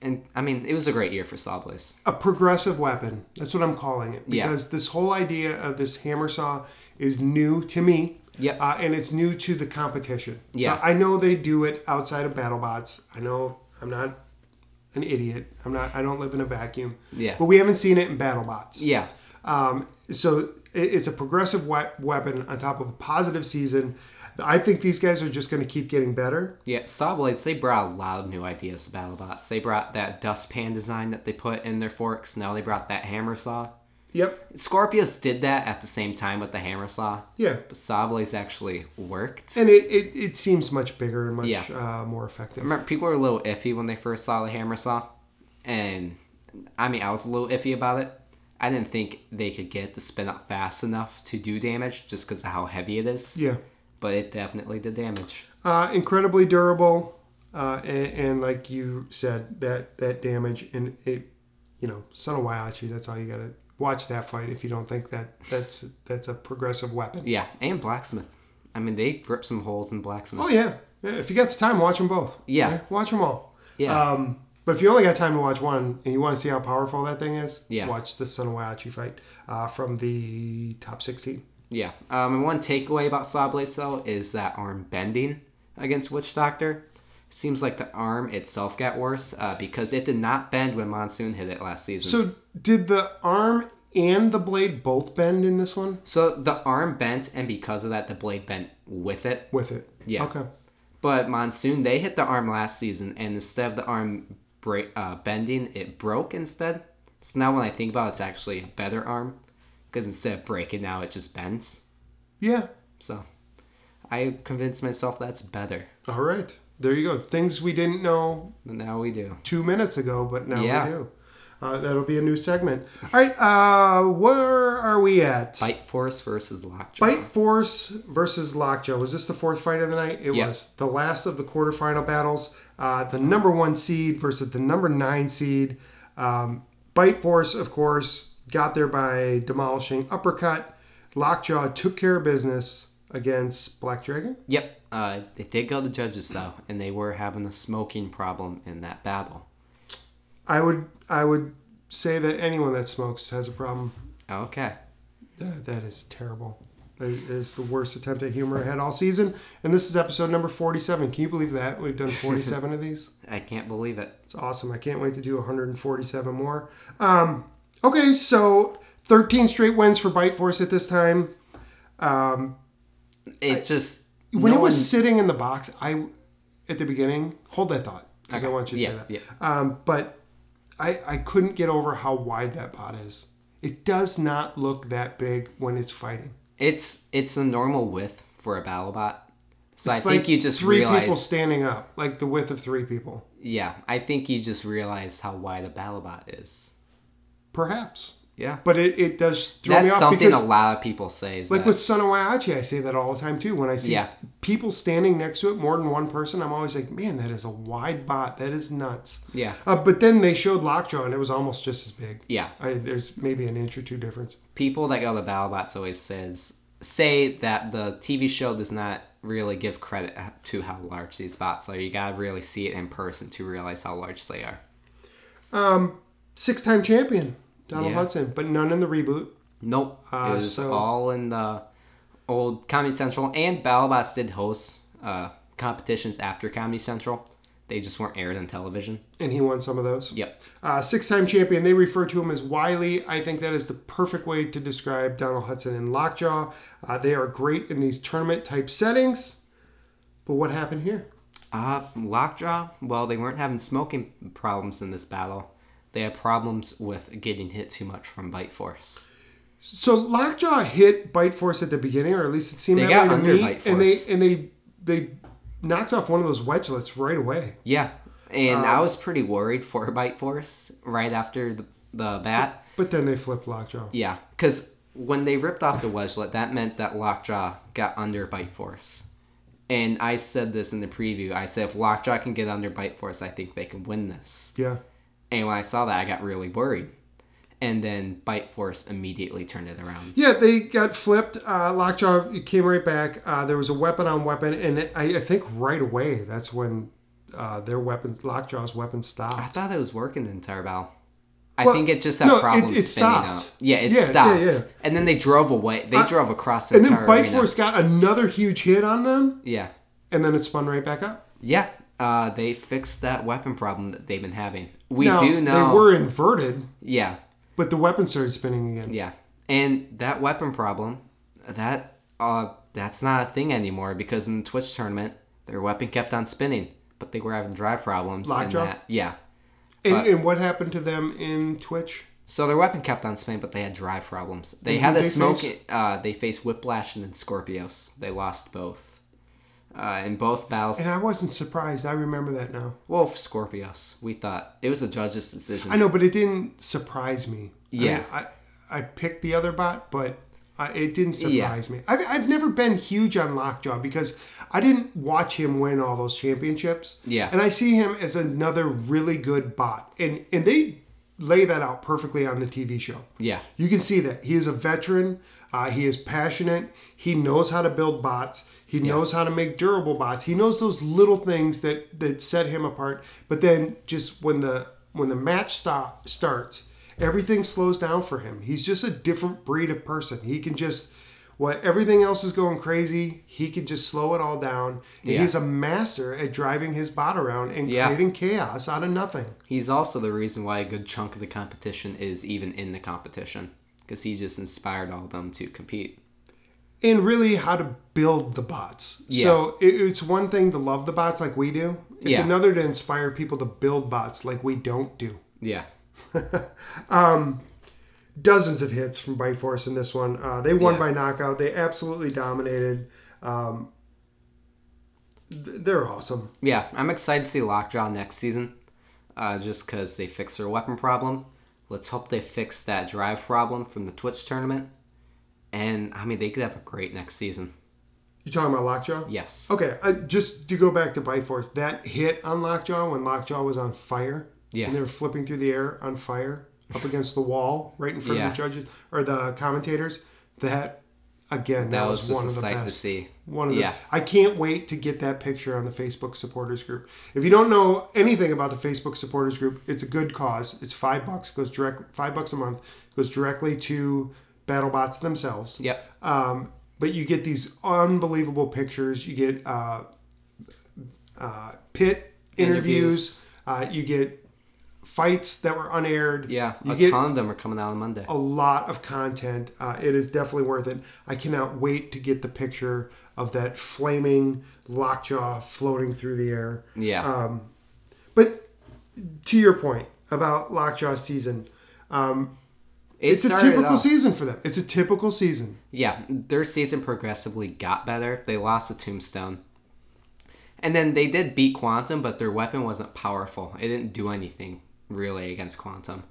S2: And I mean, it was a great year for Sawblaze.
S1: a progressive weapon. That's what I'm calling it.
S2: Yeah.
S1: Because this whole idea of this hammer saw is new to me.
S2: Yep.
S1: Uh, and it's new to the competition.
S2: Yeah.
S1: So I know they do it outside of battle bots. I know I'm not an idiot. I'm not. I don't live in a vacuum.
S2: Yeah.
S1: But we haven't seen it in battle bots.
S2: Yeah.
S1: Um, so it- it's a progressive we- weapon on top of a positive season. I think these guys are just going to keep getting better.
S2: Yeah, Sawblades, they brought a lot of new ideas to BattleBots. They brought that dustpan design that they put in their forks. Now they brought that hammer saw.
S1: Yep.
S2: Scorpius did that at the same time with the hammer saw.
S1: Yeah.
S2: But Sawblades actually worked.
S1: And it, it, it seems much bigger and much
S2: Yeah.
S1: uh, more effective.
S2: Remember, people were a little iffy when they first saw the hammer saw. And, I mean, I was a little iffy about it. I didn't think they could get it to spin up fast enough to do damage just because of how heavy it is.
S1: Yeah.
S2: But it definitely did damage.
S1: Uh, incredibly durable. Uh, and, and like you said, that, that damage and it, you know, Son of Waiachi, that's all you got to watch that fight if you don't think that that's that's a progressive weapon.
S2: Yeah, and Blacksmith. I mean, they ripped some holes in Blacksmith.
S1: Oh, yeah. Yeah, If you got the time, watch them both.
S2: Yeah.
S1: Watch them all.
S2: yeah.
S1: Um, but if you only got time to watch one and you want to see how powerful that thing is,
S2: Yeah.
S1: watch the Son of Waiachi fight uh, from the top 16.
S2: Yeah. Um, and one takeaway about Sawblade Cell is that arm bending against Witch Doctor. Seems like the arm itself got worse uh, because it did not bend when Monsoon hit it last season. So,
S1: So, did the arm and the blade both bend in this one
S2: the arm bent, and because of that, the blade bent with it.
S1: with it?
S2: Yeah.
S1: Okay.
S2: But Monsoon, they hit the arm last season, and instead of the arm break, uh, bending, it broke instead. So now when I think about it, it's actually a better arm because instead of breaking, now it just bends.
S1: Yeah.
S2: So I convinced myself that's better.
S1: All right. There you go. Things we didn't know
S2: And now we do.
S1: two minutes ago, but now
S2: Yeah.
S1: we do. Uh, that'll be a new segment. All right. Uh, where are we at?
S2: Bite Force versus Lockjaw.
S1: Fight Force versus Lockjaw. Was this the fourth fight of the night? It
S2: Yeah.
S1: was the last of the quarterfinal battles. Uh, the number one seed versus the number nine seed. Um, Bite Force, of course, got there by demolishing Uppercut. Lockjaw took care of business against Black Dragon.
S2: Yep. Uh, they did go to judges though, and they were having a smoking problem in that battle.
S1: I would I would say that anyone that smokes has a problem.
S2: Okay.
S1: That, that is terrible. That is the worst attempt at humor I had all season. And this is episode number 47. Can you believe that? We've done 47 of these.
S2: I can't believe it.
S1: It's awesome. I can't wait to do 147 more. Um, okay, so 13 straight wins for Bite Force at this time.
S2: It just
S1: When
S2: no
S1: it was
S2: one-
S1: sitting in the box, I at the beginning, hold that thought because I
S2: Okay,
S1: want you to
S2: yeah,
S1: say that.
S2: yeah.
S1: Um, but I I couldn't get over how wide that pot is. It does not look that big when it's fighting.
S2: it's it's a normal width for a battle bot. So
S1: It's
S2: I think you just
S1: three
S2: realize
S1: people standing up, like the width of three people,
S2: Yeah, I think you just realize how wide a battle bot is.
S1: perhaps.
S2: Yeah.
S1: But it, it does throw
S2: That's
S1: me off
S2: something
S1: because
S2: a lot of people say is
S1: Like
S2: that
S1: with Son of Waiachi, I say that all the time too. When I see
S2: Yeah.
S1: people standing next to it, more than one person, I'm always like, man, that is a wide bot. That is nuts.
S2: Yeah.
S1: Uh, but then they showed Lockjaw and it was almost just as big.
S2: Yeah.
S1: I, there's maybe an inch or two difference.
S2: people that go to BattleBots always says say that the TV show does not really give credit to how large these bots are. You gotta really see it in person to realize how large they are.
S1: Six time champion, Donald
S2: Yeah.
S1: Hudson, but none in the reboot.
S2: Nope,
S1: Uh,
S2: it was
S1: so-
S2: all in the old Comedy Central, and BattleBots did host uh, competitions after Comedy Central. They just weren't aired on television.
S1: and he won some of those.
S2: Yep.
S1: Uh, Six time champion. They refer to him as Wiley. I think that is the perfect way to describe Donald Hudson and Lockjaw. Uh, they are great in these tournament type settings. But what happened here?
S2: Uh, Lockjaw, well, they weren't having smoking problems in this battle. They had problems with getting hit too much from Bite Force.
S1: So Lockjaw hit Bite Force at the beginning, or at least it seemed
S2: They
S1: that
S2: got
S1: way to
S2: under
S1: me.
S2: Bite
S1: And they
S2: Force.
S1: and they they knocked off one of those wedgelets right away.
S2: Yeah, and
S1: Um,
S2: I was pretty worried for <laughs> Bite Force right after the, the bat.
S1: But then they flipped Lockjaw.
S2: Yeah, because when they ripped off the wedgelet, that meant that Lockjaw got under Bite Force. And I said this in the preview. I said if Lockjaw can get under Bite Force, I think they can win this.
S1: Yeah.
S2: And when I saw that, I got really worried. And then Bite Force immediately turned it around.
S1: Yeah, they got flipped. Uh, Lockjaw came right back. Uh, there was a weapon on weapon, and I, I think right away that's when uh, their weapons, Lockjaw's weapon,
S2: I
S1: stopped.
S2: thought it was working the entire battle. I
S1: Well,
S2: think it just had
S1: no, it-
S2: problems
S1: it
S2: spinning
S1: stopped.
S2: up. Yeah, it
S1: Yeah, yeah,
S2: stopped.
S1: yeah.
S2: And then they drove away. They drove across the
S1: And
S2: entire
S1: then Bite
S2: arena.
S1: Force got another huge hit on them,
S2: Yeah.
S1: and then it spun right back up.
S2: Yeah, uh, they fixed that weapon problem that they've been having. We
S1: Now,
S2: do know.
S1: they were inverted,
S2: Yeah,
S1: but the weapon started spinning again.
S2: yeah, and that weapon problem, that uh, that's not a thing anymore because in the Twitch tournament, their weapon kept on spinning, but they were having drive problems. and
S1: Lockjaw?
S2: that, yeah.
S1: And, and what happened to them in Twitch?
S2: So their weapon kept on spinning, but they had drive problems. They had
S1: who'd
S2: a
S1: they
S2: smoke.
S1: face?
S2: Uh, they faced Whiplash and then Scorpios. They lost both. Uh, in both battles,
S1: And I wasn't surprised. I remember that now.
S2: well, Scorpios. We thought it was a judge's decision.
S1: I know, but it didn't surprise me.
S2: Yeah.
S1: I mean, I, I picked the other bot, but I, it didn't
S2: Yeah.
S1: surprise me. I've, I've never been huge on Lockjaw because I didn't watch him win all those championships.
S2: Yeah.
S1: and I see him as another really good bot, and and they lay that out perfectly on the TV show.
S2: Yeah.
S1: You can see that he is a veteran. Uh, he is passionate. He knows how to build bots. He knows how to make durable bots. He knows those little things that that set him apart. But then, just when the when the match stop starts, everything slows down for him. He's just a different breed of person. He can just what everything else is going crazy. He can just slow it all down. And
S2: Yeah.
S1: He's a master at driving his bot around and
S2: Yeah.
S1: creating chaos out of nothing.
S2: He's also the reason why a good chunk of the competition is even in the competition because he just inspired all of them to compete.
S1: and really how to build the bots.
S2: Yeah.
S1: So it, it's one thing to love the bots like we do. It's
S2: Yeah.
S1: another to inspire people to build bots like we don't do.
S2: Yeah.
S1: Dozens of hits from Bite Force in this one. Uh, they won
S2: Yeah.
S1: by knockout. They absolutely dominated. Um, th- they're awesome.
S2: Yeah, I'm excited to see Lockjaw next season uh, just because they fixed their weapon problem. Let's hope they fix that drive problem from the Twitch tournament. And I mean, they could have a great next season.
S1: You talking about Lockjaw?
S2: Yes.
S1: Okay, I, just to go back to Bite Force, that hit on Lockjaw when Lockjaw was on fire,
S2: Yeah.
S1: and they were flipping through the air on fire up against the wall right in front
S2: Yeah.
S1: of the judges or the commentators. That again, that,
S2: That
S1: was,
S2: was just
S1: one
S2: a
S1: of the
S2: sight to
S1: best.
S2: see.
S1: One of
S2: Yeah.
S1: the. I can't wait to get that picture on the Facebook supporters group. If you don't know anything about the Facebook supporters group, it's a good cause. It's five bucks. Goes direct five bucks a month. Goes directly to BattleBots themselves.
S2: Yep.
S1: Um, but you get these unbelievable pictures. You get uh, uh, pit interviews.
S2: Interviews.
S1: Uh, you get fights that were unaired.
S2: Yeah,
S1: you
S2: a
S1: get Oh.
S2: ton of them are coming out on Monday.
S1: a lot of content. Uh, it is definitely worth it. I cannot wait to get the picture of that flaming lockjaw floating through the air.
S2: yeah.
S1: Um, But to your point about lockjaw season,
S2: It
S1: it's a
S2: started
S1: typical
S2: off-
S1: season for them. It's a typical season.
S2: yeah, their season progressively got better. They lost to Tombstone. And then they did beat Quantum, but their weapon wasn't powerful. It didn't do anything really against Quantum.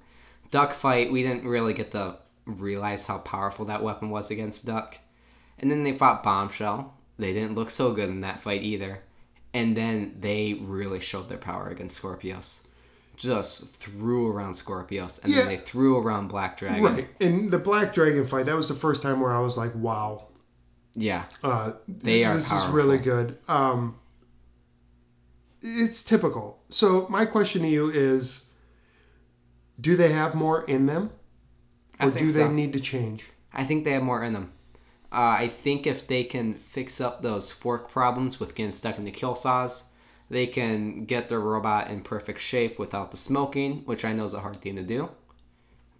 S2: Duck fight, we didn't really get to realize how powerful that weapon was against Duck. And then they fought Bombshell. They didn't look so good in that fight either. And then they really showed their power against Scorpios. Just threw around Scorpios, and
S1: Yeah.
S2: then they threw around Black Dragon.
S1: Right. And the Black Dragon fight, that was the first time where I was like, wow.
S2: Yeah.
S1: Uh,
S2: They are
S1: This
S2: powerful.
S1: is really good. Um, it's typical. So my question to you is: Do they have more in them,
S2: I
S1: or
S2: think
S1: do
S2: so.
S1: they need to change?
S2: I think they have more in them. Uh, I think if they can fix up those fork problems with getting stuck in the kill saws, They can get their robot in perfect shape without the smoking, which I know is a hard thing to do,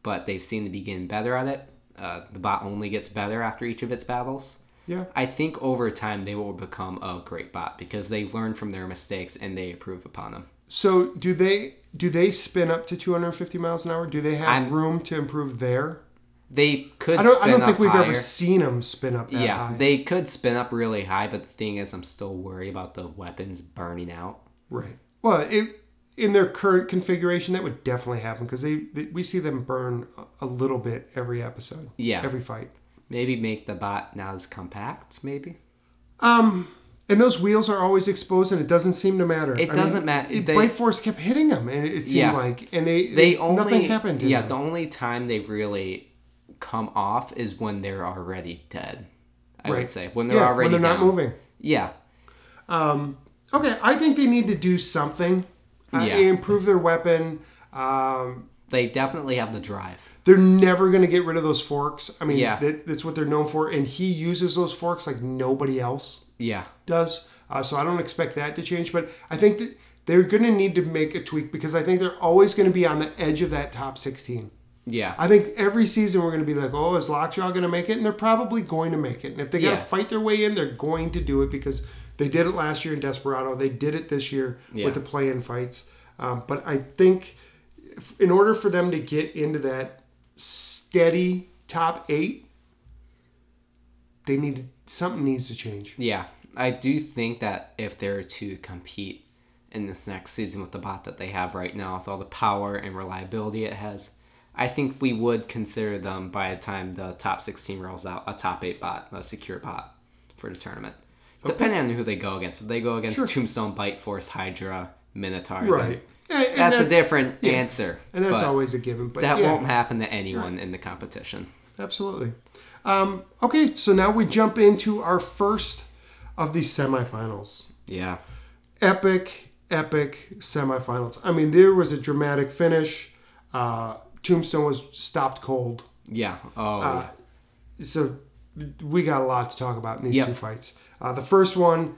S2: but they've seemed to be getting better at it. Uh, the bot only gets better after each of its battles.
S1: Yeah.
S2: I think over time they will become a great bot because they learn from their mistakes and they improve upon them.
S1: So do they do they spin up to 250 miles an hour? Do they have
S2: I'm-
S1: room to improve there?
S2: They could.
S1: I don't. I
S2: spin
S1: don't think
S2: up
S1: we've
S2: higher.
S1: ever seen them spin up that
S2: Yeah,
S1: high.
S2: they could spin up really high, but the thing is, I'm still worried about the weapons burning out.
S1: right. Well, it, in their current configuration, that would definitely happen because they, they we see them burn a- a little bit every episode.
S2: Yeah.
S1: Every fight.
S2: Maybe make the bot not as compact. Maybe
S1: Um, And those wheels are always exposed, and it doesn't seem to matter.
S2: It doesn't mat-
S1: It,
S2: they-
S1: Bright Force kept hitting them, and it, it seemed
S2: Yeah.
S1: like, and they,
S2: they
S1: they-
S2: only
S1: nothing happened. to
S2: Yeah,
S1: them.
S2: the only time they really come off is when they're already dead. I
S1: Right.
S2: would say when they're
S1: Yeah,
S2: already
S1: when they're
S2: down.
S1: not moving.
S2: Yeah,
S1: Okay, I think they need to do something. Uh,
S2: Yeah.
S1: Improve their weapon. Um,
S2: they definitely have the drive.
S1: they're never going to get rid of those forks. I mean,
S2: Yeah.
S1: that, that's what they're known for, and he uses those forks like nobody else
S2: Yeah,
S1: does. Uh, so I don't expect that to change. But I think that they're going to need to make a tweak because I think they're always going to be on the edge of that top sixteen.
S2: yeah.
S1: I think every season we're going to be like, oh, is Lockjaw going to make it? And they're probably going to make it. And if they got to
S2: Yeah.
S1: fight their way in, they're going to do it because they did it last year in Desperado. They did it this year
S2: Yeah.
S1: with the play-in fights. Um, but I think if- in order for them to get into that steady top eight, they need something needs to change.
S2: Yeah, I do think that if they're to compete in this next season with the bot that they have right now, with all the power and reliability it has, I think we would consider them by the time the top 16 rolls out a top 8 bot, a secure bot for the tournament. Depending on who they go against. If they go against Tombstone, Bite Force, Hydra, Minotaur, then
S1: Right. Yeah, and
S2: That's, a different answer.
S1: And that's
S2: but
S1: always a given. But
S2: That
S1: yeah.
S2: won't happen to anyone in the competition.
S1: Absolutely. Um, okay, so now we jump into our first of the semifinals.
S2: Yeah.
S1: Epic, epic semifinals. I mean, there was a dramatic finish. Uh, Tombstone was stopped cold.
S2: Yeah. Oh,
S1: Uh, So we got a lot to talk about in these
S2: Yep.
S1: two fights. Uh, the first one,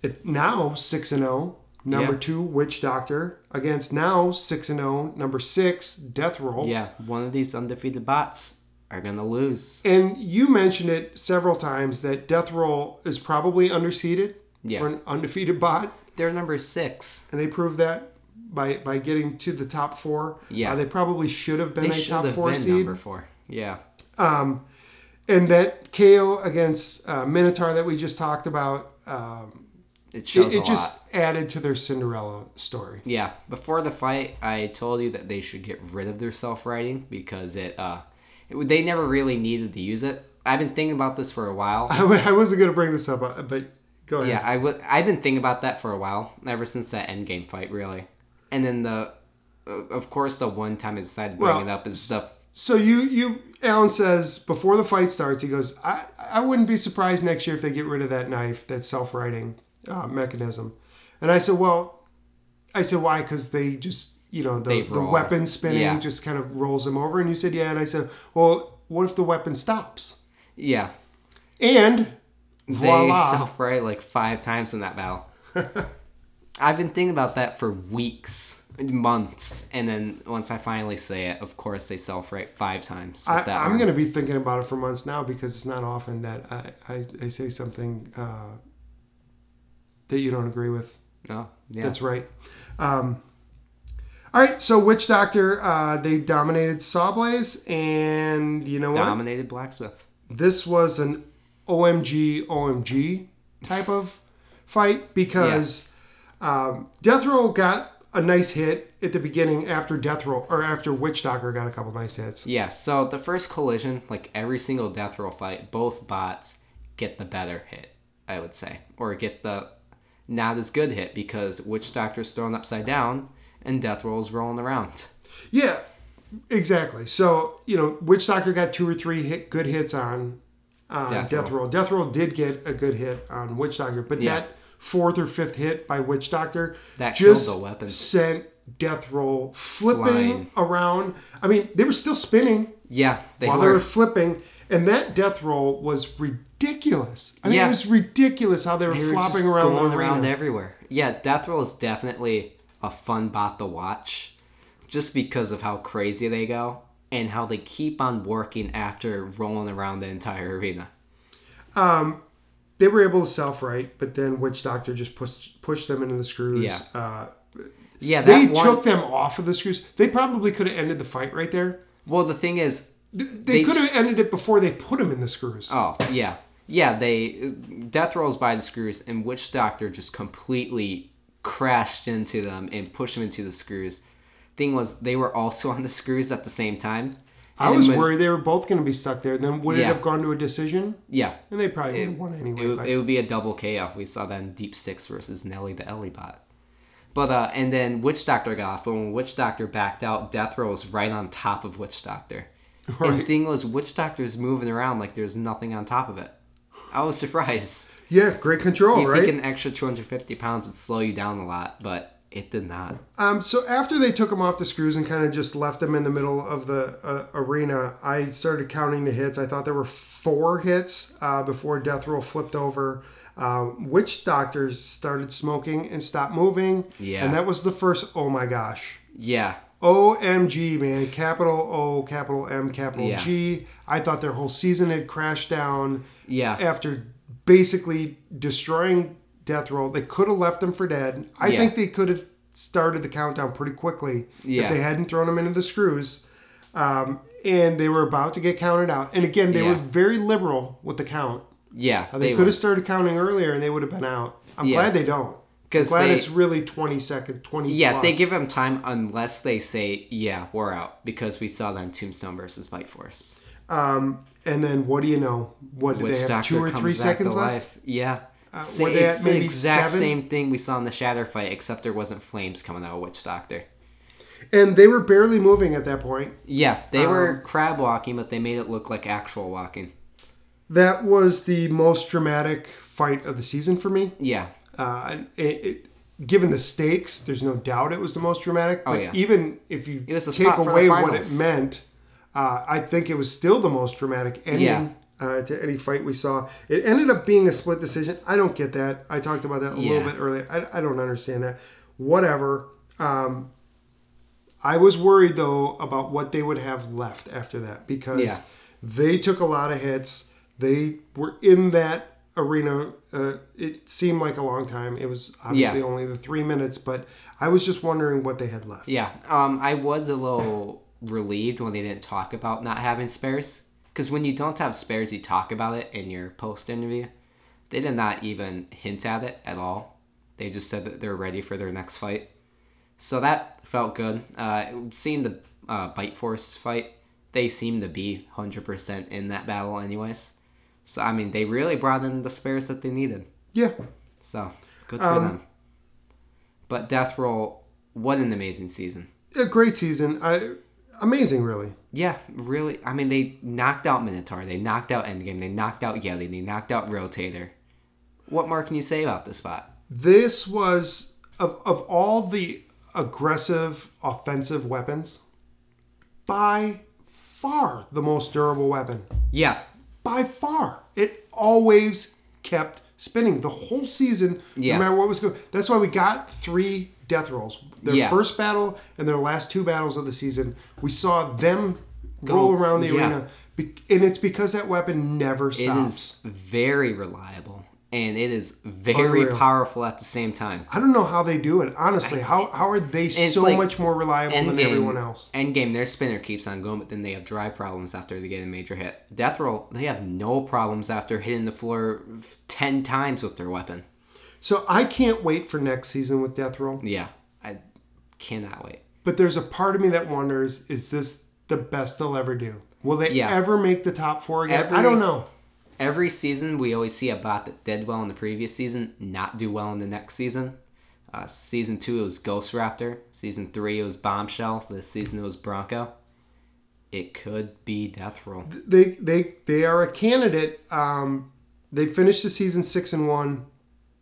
S1: it, now 6 and 0. Number
S2: Yeah.
S1: two, Witch Doctor against now six and zero. Number six, Death Roll.
S2: yeah. One of these undefeated bots are going to lose.
S1: And you mentioned it several times that Death Roll is probably underseeded
S2: Yeah.
S1: for an undefeated <laughs> bot,
S2: They're number six.
S1: and they proved that by by getting to the top four.
S2: Yeah.
S1: Uh, they probably should have been
S2: They
S1: a
S2: should
S1: top
S2: have
S1: four
S2: been
S1: seed.
S2: number four. Yeah.
S1: And that KO against uh, Minotaur that we just talked about, um,
S2: It shows
S1: it, it
S2: a lot.
S1: just added to their Cinderella story. <laughs>
S2: Yeah. Before the fight, I told you that they should get rid of their self writing because it, uh, it, they never really needed to use it. I've been thinking about this for
S1: <laughs>
S2: a while.
S1: I, w- I wasn't going to bring this up, uh, but go ahead.
S2: Yeah, I would. I've been thinking about that for a while, ever since that Endgame fight, really. And then the, uh, of course, the one time I decided to bring
S1: Well,
S2: it up is the
S1: So you you Alan says before the fight starts, he goes, I I wouldn't be surprised next year if they get rid of that knife, that self writing uh, mechanism. And I said, well, I said why? Because they just you know the,
S2: They
S1: the
S2: roll.
S1: weapon spinning
S2: Yeah.
S1: just kind of rolls them over. And you said yeah, and I said, well, what if the weapon stops?
S2: yeah.
S1: And
S2: <laughs> They
S1: voila,
S2: self write like five times in that battle.
S1: <laughs>
S2: I've been thinking about that for weeks, months, and then once I finally say it, of course they self write five times. With that
S1: I, I'm
S2: arm.
S1: going to be thinking about it for months now because it's not often that I I, I say something uh, that you don't agree with.
S2: No, Oh, yeah,
S1: That's right. Um, all right, so Witch Doctor, uh, they dominated Sawblaze, and you know what?
S2: dominated blacksmith.
S1: this was an OMG, OMG type of fight because um, Death Roll got a nice hit at the beginning after Death Roll, or after Witch Doctor got a couple nice hits.
S2: Yeah, so the first collision, like every single death roll fight, both bots get the better hit, I would say, or get the not as good hit because witch doctor's thrown upside down and death roll's rolling around.
S1: Yeah, exactly. So you know, Witch Doctor got two or three hit, good hits on uh, Death,
S2: Death
S1: Roll. Death Roll did get a good hit on Witch Doctor, but
S2: Yeah.
S1: that fourth or fifth hit by Witch Doctor
S2: That killed
S1: just
S2: the weapon.
S1: sent death roll, flipping around. I mean, they were still spinning
S2: Yeah, they
S1: while they
S2: were.
S1: were flipping, and that death roll was ridiculous. I mean,
S2: Yeah.
S1: it was ridiculous how they were
S2: they were
S1: flopping
S2: just
S1: around
S2: going
S1: the arena.
S2: around everywhere. Yeah, Death Roll is definitely a fun bot to watch, just because of how crazy they go and how they keep on working after rolling around the entire arena.
S1: They were able to self right, but then Witch Doctor just pushed pushed them into the screws.
S2: Yeah.
S1: Uh,
S2: Yeah, that
S1: they
S2: one.
S1: took them off of the screws. They probably could have ended the fight right there.
S2: well, the thing is,
S1: Th- They,
S2: They-
S1: could have ended it before they put him in the screws.
S2: oh yeah, yeah, they Death Rolls by the screws, and Witch Doctor just completely crashed into them and pushed them into the screws. Thing was, they were also <laughs> on the screws at the same time.
S1: I
S2: And
S1: was
S2: when-
S1: worried they were both going to be stuck there. Then would it
S2: Yeah.
S1: have gone to a decision?
S2: Yeah,
S1: And they probably would have won anyway.
S2: It, would-
S1: but
S2: it would be a double KO. We saw that in Deep Six versus Nelly the Ellie bot. But uh, and then Witch Doctor got off, but when Witch Doctor backed out, Death Row was right on top of Witch
S1: <laughs>
S2: Doctor. And
S1: Right.
S2: the thing was, Witch Doctor's moving around like there's nothing on top of it. I
S1: <laughs>
S2: was surprised.
S1: yeah, great control,
S2: You
S1: right?
S2: think an extra 250 pounds would slow you down a lot, but it did not.
S1: Um, so after they took him off the screws and kind of just left him in the middle of the uh, arena, I started counting the hits. I thought there were four hits uh, before Death Roll flipped over. Uh, Witch Doctors started smoking and stopped moving.
S2: Yeah.
S1: And that was the first, oh my gosh.
S2: Yeah,
S1: OMG, man. Capital O, capital M, capital
S2: Yeah.
S1: G. I thought their whole season had crashed down
S2: yeah,
S1: after basically destroying Death Roll, they could have left him for dead. I
S2: Yeah.
S1: think they could have started the countdown pretty quickly if
S2: Yeah.
S1: they hadn't thrown him into the screws. Um, and they were about to get counted out. And again, they were
S2: Yeah.
S1: very liberal with the count.
S2: yeah.
S1: They,
S2: They
S1: could
S2: were.
S1: have started counting earlier and they would have been out. I'm
S2: Yeah.
S1: glad they don't. I'm
S2: 'Cause
S1: glad
S2: they-
S1: it's really 20 second, 20
S2: Yeah, they
S1: plus.
S2: give him time unless they say, yeah, we're out, because we saw that in Tombstone versus Bite Force.
S1: Um, and then what do you know? What did
S2: Which
S1: they have?
S2: Doctor
S1: Two or
S2: comes
S1: three
S2: back
S1: seconds
S2: to
S1: left? Uh,
S2: life. Yeah. Sa-
S1: were they
S2: it's
S1: at
S2: the
S1: maybe
S2: exact
S1: seven?
S2: same thing we saw in the Shatter fight, except there wasn't flames coming out of Witch Doctor.
S1: And they were barely moving at that point.
S2: Yeah, they
S1: Um,
S2: were crab walking, but they made it look like actual walking.
S1: That was the most dramatic fight of the season for me.
S2: Yeah,
S1: Uh, it, it, given the stakes, there's no doubt it was the most dramatic. But
S2: Oh, yeah.
S1: even if you
S2: was the
S1: take
S2: spot for the
S1: away what it
S2: finals.
S1: meant, uh, I think it was still the most dramatic ending
S2: Yeah.
S1: uh, to any fight we saw. It ended up being a split decision. I don't get that. I talked about that a
S2: Yeah.
S1: little bit earlier. I, I don't understand that. Whatever. Um, I was worried though about what they would have left after that because
S2: Yeah.
S1: they took a lot of hits. They were in that arena. Uh, it seemed like a long time. It was obviously
S2: Yeah.
S1: only the three minutes, but I was just wondering what they had left.
S2: yeah. Um, I was a little relieved when they didn't talk about not having spares, because when you don't have spares, you talk about it in your post interview. They did not even hint at it at all. They just said that they're ready for their next fight. So that felt good. Uh, seeing the uh, Bite Force fight, they seem to be 100% in that battle, anyways. So, I mean, they really brought in the spares that they needed.
S1: Yeah.
S2: So, good for them. But Death Roll, what an amazing season.
S1: A great season. I, amazing, really.
S2: Yeah, really. I mean, they knocked out Minotaur, they knocked out Endgame, they knocked out Yelly, they knocked out Rotator. What more can you say about this spot?
S1: This was, of, of all the aggressive offensive weapons, by far the most durable weapon.
S2: Yeah,
S1: by far. It always kept spinning the whole season,
S2: Yeah.
S1: no matter what was going. That's why we got three death rolls. Their
S2: Yeah.
S1: first battle and their last two battles of the season, we saw them roll around the
S2: yeah.
S1: arena, be- and it's because that weapon never
S2: it
S1: stops.
S2: is very reliable and it is very
S1: Unreal.
S2: powerful at the same time.
S1: I don't know how they do it. Honestly, how how are they
S2: it's
S1: so
S2: like
S1: much more reliable than everyone else?
S2: Endgame, their spinner keeps on going, but then they have dry problems after they get a major hit. Death Roll, they have no problems after hitting the floor f- 10 times with their weapon.
S1: So I can't wait for next season with Death Roll.
S2: Yeah, I cannot wait.
S1: But there's a part of me that wonders: Is this the best they'll ever do? Will they
S2: Yeah.
S1: ever make the top four again?
S2: Every-
S1: I don't know.
S2: Every season, we always see a bot that did well in the previous season, not do well in the next season. Uh, season two, it was Ghost Raptor. Season three, it was Bombshell. This season, it was Bronco. It could be Death Roll.
S1: they they they are a candidate. Um, they finished the season six and one,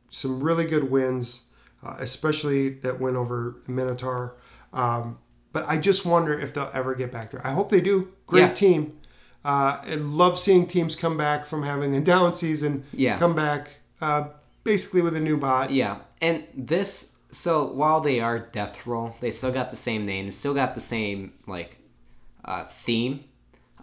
S1: some really good wins, uh, especially that win over Minotaur. Um, but I just wonder if they'll ever get back there. I hope they do. Great
S2: Yeah.
S1: team. Uh, I love seeing teams come back from having a <laughs> down season.
S2: Yeah.
S1: Come back uh, basically with a new bot.
S2: Yeah, and this so while they are Death Roll, they still got the same name, they still got the same like uh, theme.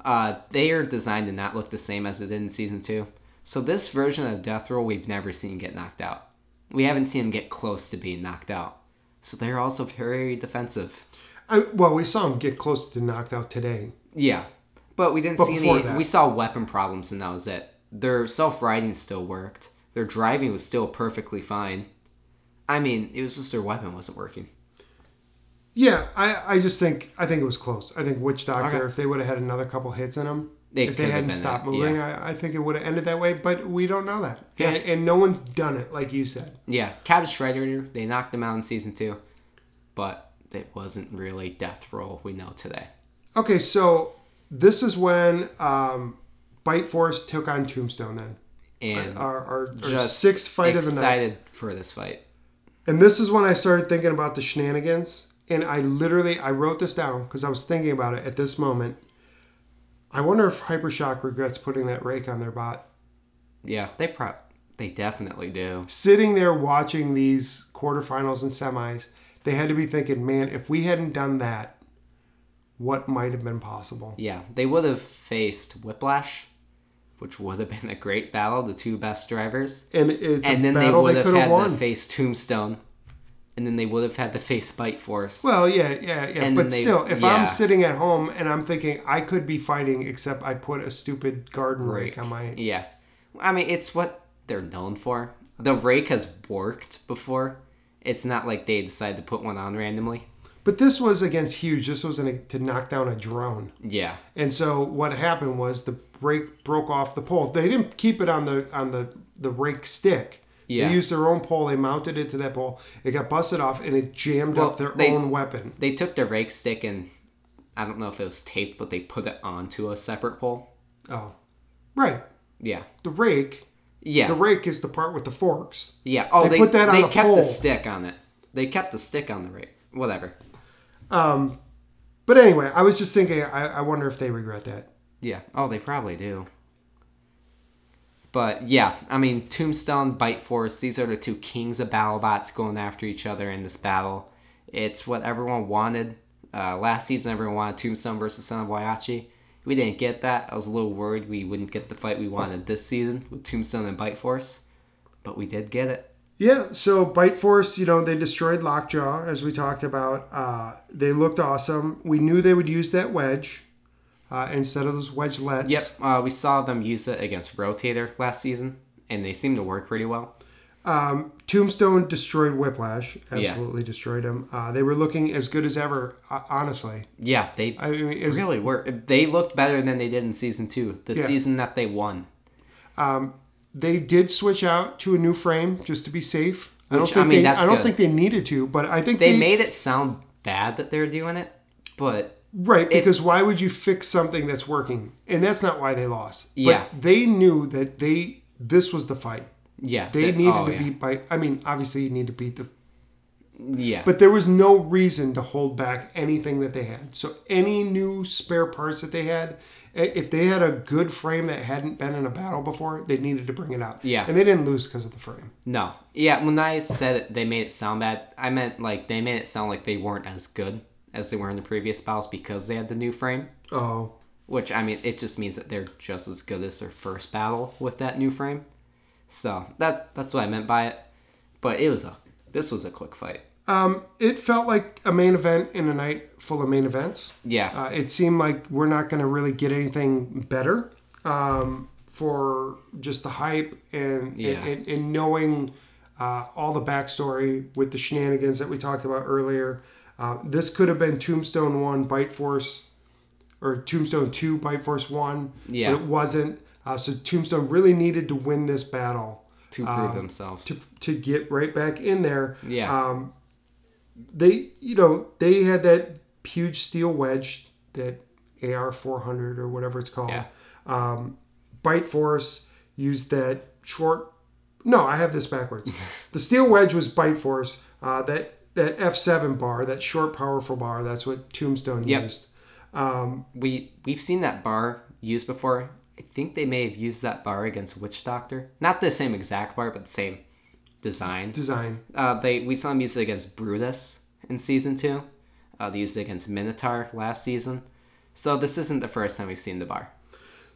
S2: Uh, they are designed to not look the same as it did in season two. So this version of Death Roll we've never seen get knocked out. We haven't seen them get close to being knocked out. So they're also very defensive.
S1: I, well, we saw them get close to knocked out today.
S2: Yeah, but we didn't see
S1: before
S2: any.
S1: that-
S2: We saw weapon problems, and that was it. Their self riding still worked. Their driving was still perfectly fine. I mean, it was just their weapon wasn't working.
S1: Yeah, I, I just think I think it was close. I think Witch Doctor,
S2: Okay.
S1: if they would have had another couple hits in them,
S2: They
S1: if they
S2: could have
S1: hadn't
S2: been
S1: stopped
S2: that,
S1: moving, I, I think it would have ended that way. But we don't know that,
S2: Yeah.
S1: and, and no one's done it like you said.
S2: Yeah, Cabbage Shredder, they knocked them out in season two, but it wasn't really Death Roll we know today.
S1: Okay, so this is when um, Bite Force took on Tombstone. Then
S2: And
S1: our, our, our
S2: just
S1: sixth fight of the night,
S2: excited for this fight.
S1: and this is when I started thinking about the shenanigans. And I literally I wrote this down because I was thinking about it at this moment. I wonder if Hypershock regrets putting that rake on their bot.
S2: Yeah, they pro- they definitely do.
S1: sitting there watching these quarterfinals and semis, they had to be thinking, man, if we hadn't done that, what might have been possible?
S2: Yeah, they would have faced Whiplash, which would have <laughs> been a great battle, the two best drivers.
S1: And it's
S2: and
S1: a
S2: then they
S1: battle
S2: would
S1: they,
S2: have
S1: could have
S2: had
S1: won.
S2: to face Tombstone. And then they would have had to face Bite Force.
S1: well, yeah, yeah, yeah.
S2: And
S1: but
S2: then they-
S1: still, if
S2: yeah.
S1: I'm sitting at home and I'm thinking I could be fighting, except I put a stupid garden rake on my.
S2: Yeah. I mean, it's what they're known for. The rake has worked before. It's not like they decide to put one on randomly.
S1: But this was against huge. This was an, to knock down a drone.
S2: Yeah.
S1: And so what happened was the rake broke off the pole. They didn't keep it on the on the the rake stick.
S2: Yeah.
S1: They used their own pole. They mounted it to that pole. It got busted off, and it jammed
S2: Well,
S1: up their
S2: they-
S1: own weapon.
S2: They took the rake stick and I don't know if it was taped, but they put it onto a separate pole.
S1: Oh, right.
S2: Yeah.
S1: The rake.
S2: Yeah.
S1: The rake is the part with the forks.
S2: yeah. Oh,
S1: they
S2: they,
S1: put that on
S2: they
S1: a
S2: kept
S1: pole.
S2: the stick on it. They kept the stick on the rake. Whatever.
S1: But anyway, I was just thinking. I, I wonder if they regret that.
S2: Yeah. Oh, they probably do. But yeah, I mean, Tombstone, Bite Force, these are the two kings of BattleBots going after each other in this battle. It's what everyone wanted. Uh, last season, everyone wanted Tombstone versus Son of Waiachi. We didn't get that. I was a little worried we wouldn't get the fight we wanted this season with Tombstone and Bite Force, but we did get it.
S1: Yeah, so Bite Force, you know, they destroyed Lockjaw, as we talked about. Uh, they looked awesome. We knew they would use that wedge uh, instead of those wedge lets.
S2: Yep, uh, we saw them use it against Rotator last season, and they seemed to work pretty well.
S1: Tombstone destroyed Whiplash.
S2: Yeah.
S1: Absolutely destroyed him. Uh, they were looking as good as ever. Uh, honestly,
S2: Yeah, they
S1: I mean, it was-
S2: really were. They looked better than they did in season two, the
S1: Yeah.
S2: season that they won.
S1: they did switch out to a new frame just to be safe. I don't
S2: Which, I
S1: think
S2: mean,
S1: they,
S2: that's
S1: I don't
S2: good.
S1: think they needed to, but I think
S2: They
S1: they,
S2: made it sound bad that they're doing it, but
S1: right because why would you fix something that's working? And that's not why they lost.
S2: Yeah.
S1: but they knew that they this was the fight.
S2: yeah,
S1: They needed
S2: oh,
S1: to
S2: yeah.
S1: beat by. I mean, obviously you need to beat the
S2: Yeah,
S1: But there was no reason to hold back anything that they had. So any new spare parts that they had, i- if they had a good frame that hadn't been in a battle before, they needed to bring it out.
S2: Yeah.
S1: And they didn't lose because of the frame.
S2: no, yeah. When I said it, they made it sound bad. I meant like they made it sound like they weren't as good as they were in the previous battles because they had the new frame.
S1: Oh.
S2: Which I mean, it just means that they're just as good as their first battle with that new frame. So that that's what I meant by it. But it was a this was a quick fight.
S1: Um, It felt like a main event in a night full of main events.
S2: Yeah.
S1: Uh, it seemed like we're not going to really get anything better um, for just the hype and,
S2: Yeah.
S1: and, and, and knowing uh, all the backstory with the shenanigans that we talked about earlier. Uh, this could have been Tombstone 1, Bite Force, or Tombstone 2, Bite Force 1.
S2: Yeah.
S1: But it wasn't. Uh, so Tombstone really needed to win this battle
S2: to prove themselves.
S1: um, to, uh, to get right back in there.
S2: yeah,
S1: they you know they had that huge steel wedge that AR 400 or whatever it's called.
S2: Yeah.
S1: Um, Bite Force used that
S2: <laughs>
S1: short. No, I have this backwards. the steel wedge was Bite Force. Uh, that that F7 bar, that short, powerful bar. That's what Tombstone
S2: Yep.
S1: used.
S2: We we've seen that bar used before. I think they may have used that bar against Witch Doctor. Not the same exact bar, but the same design.
S1: Design.
S2: Uh, they we saw them use it against Brutus in season two. Uh, they used it against Minotaur last season. So this isn't the first time we've seen the bar.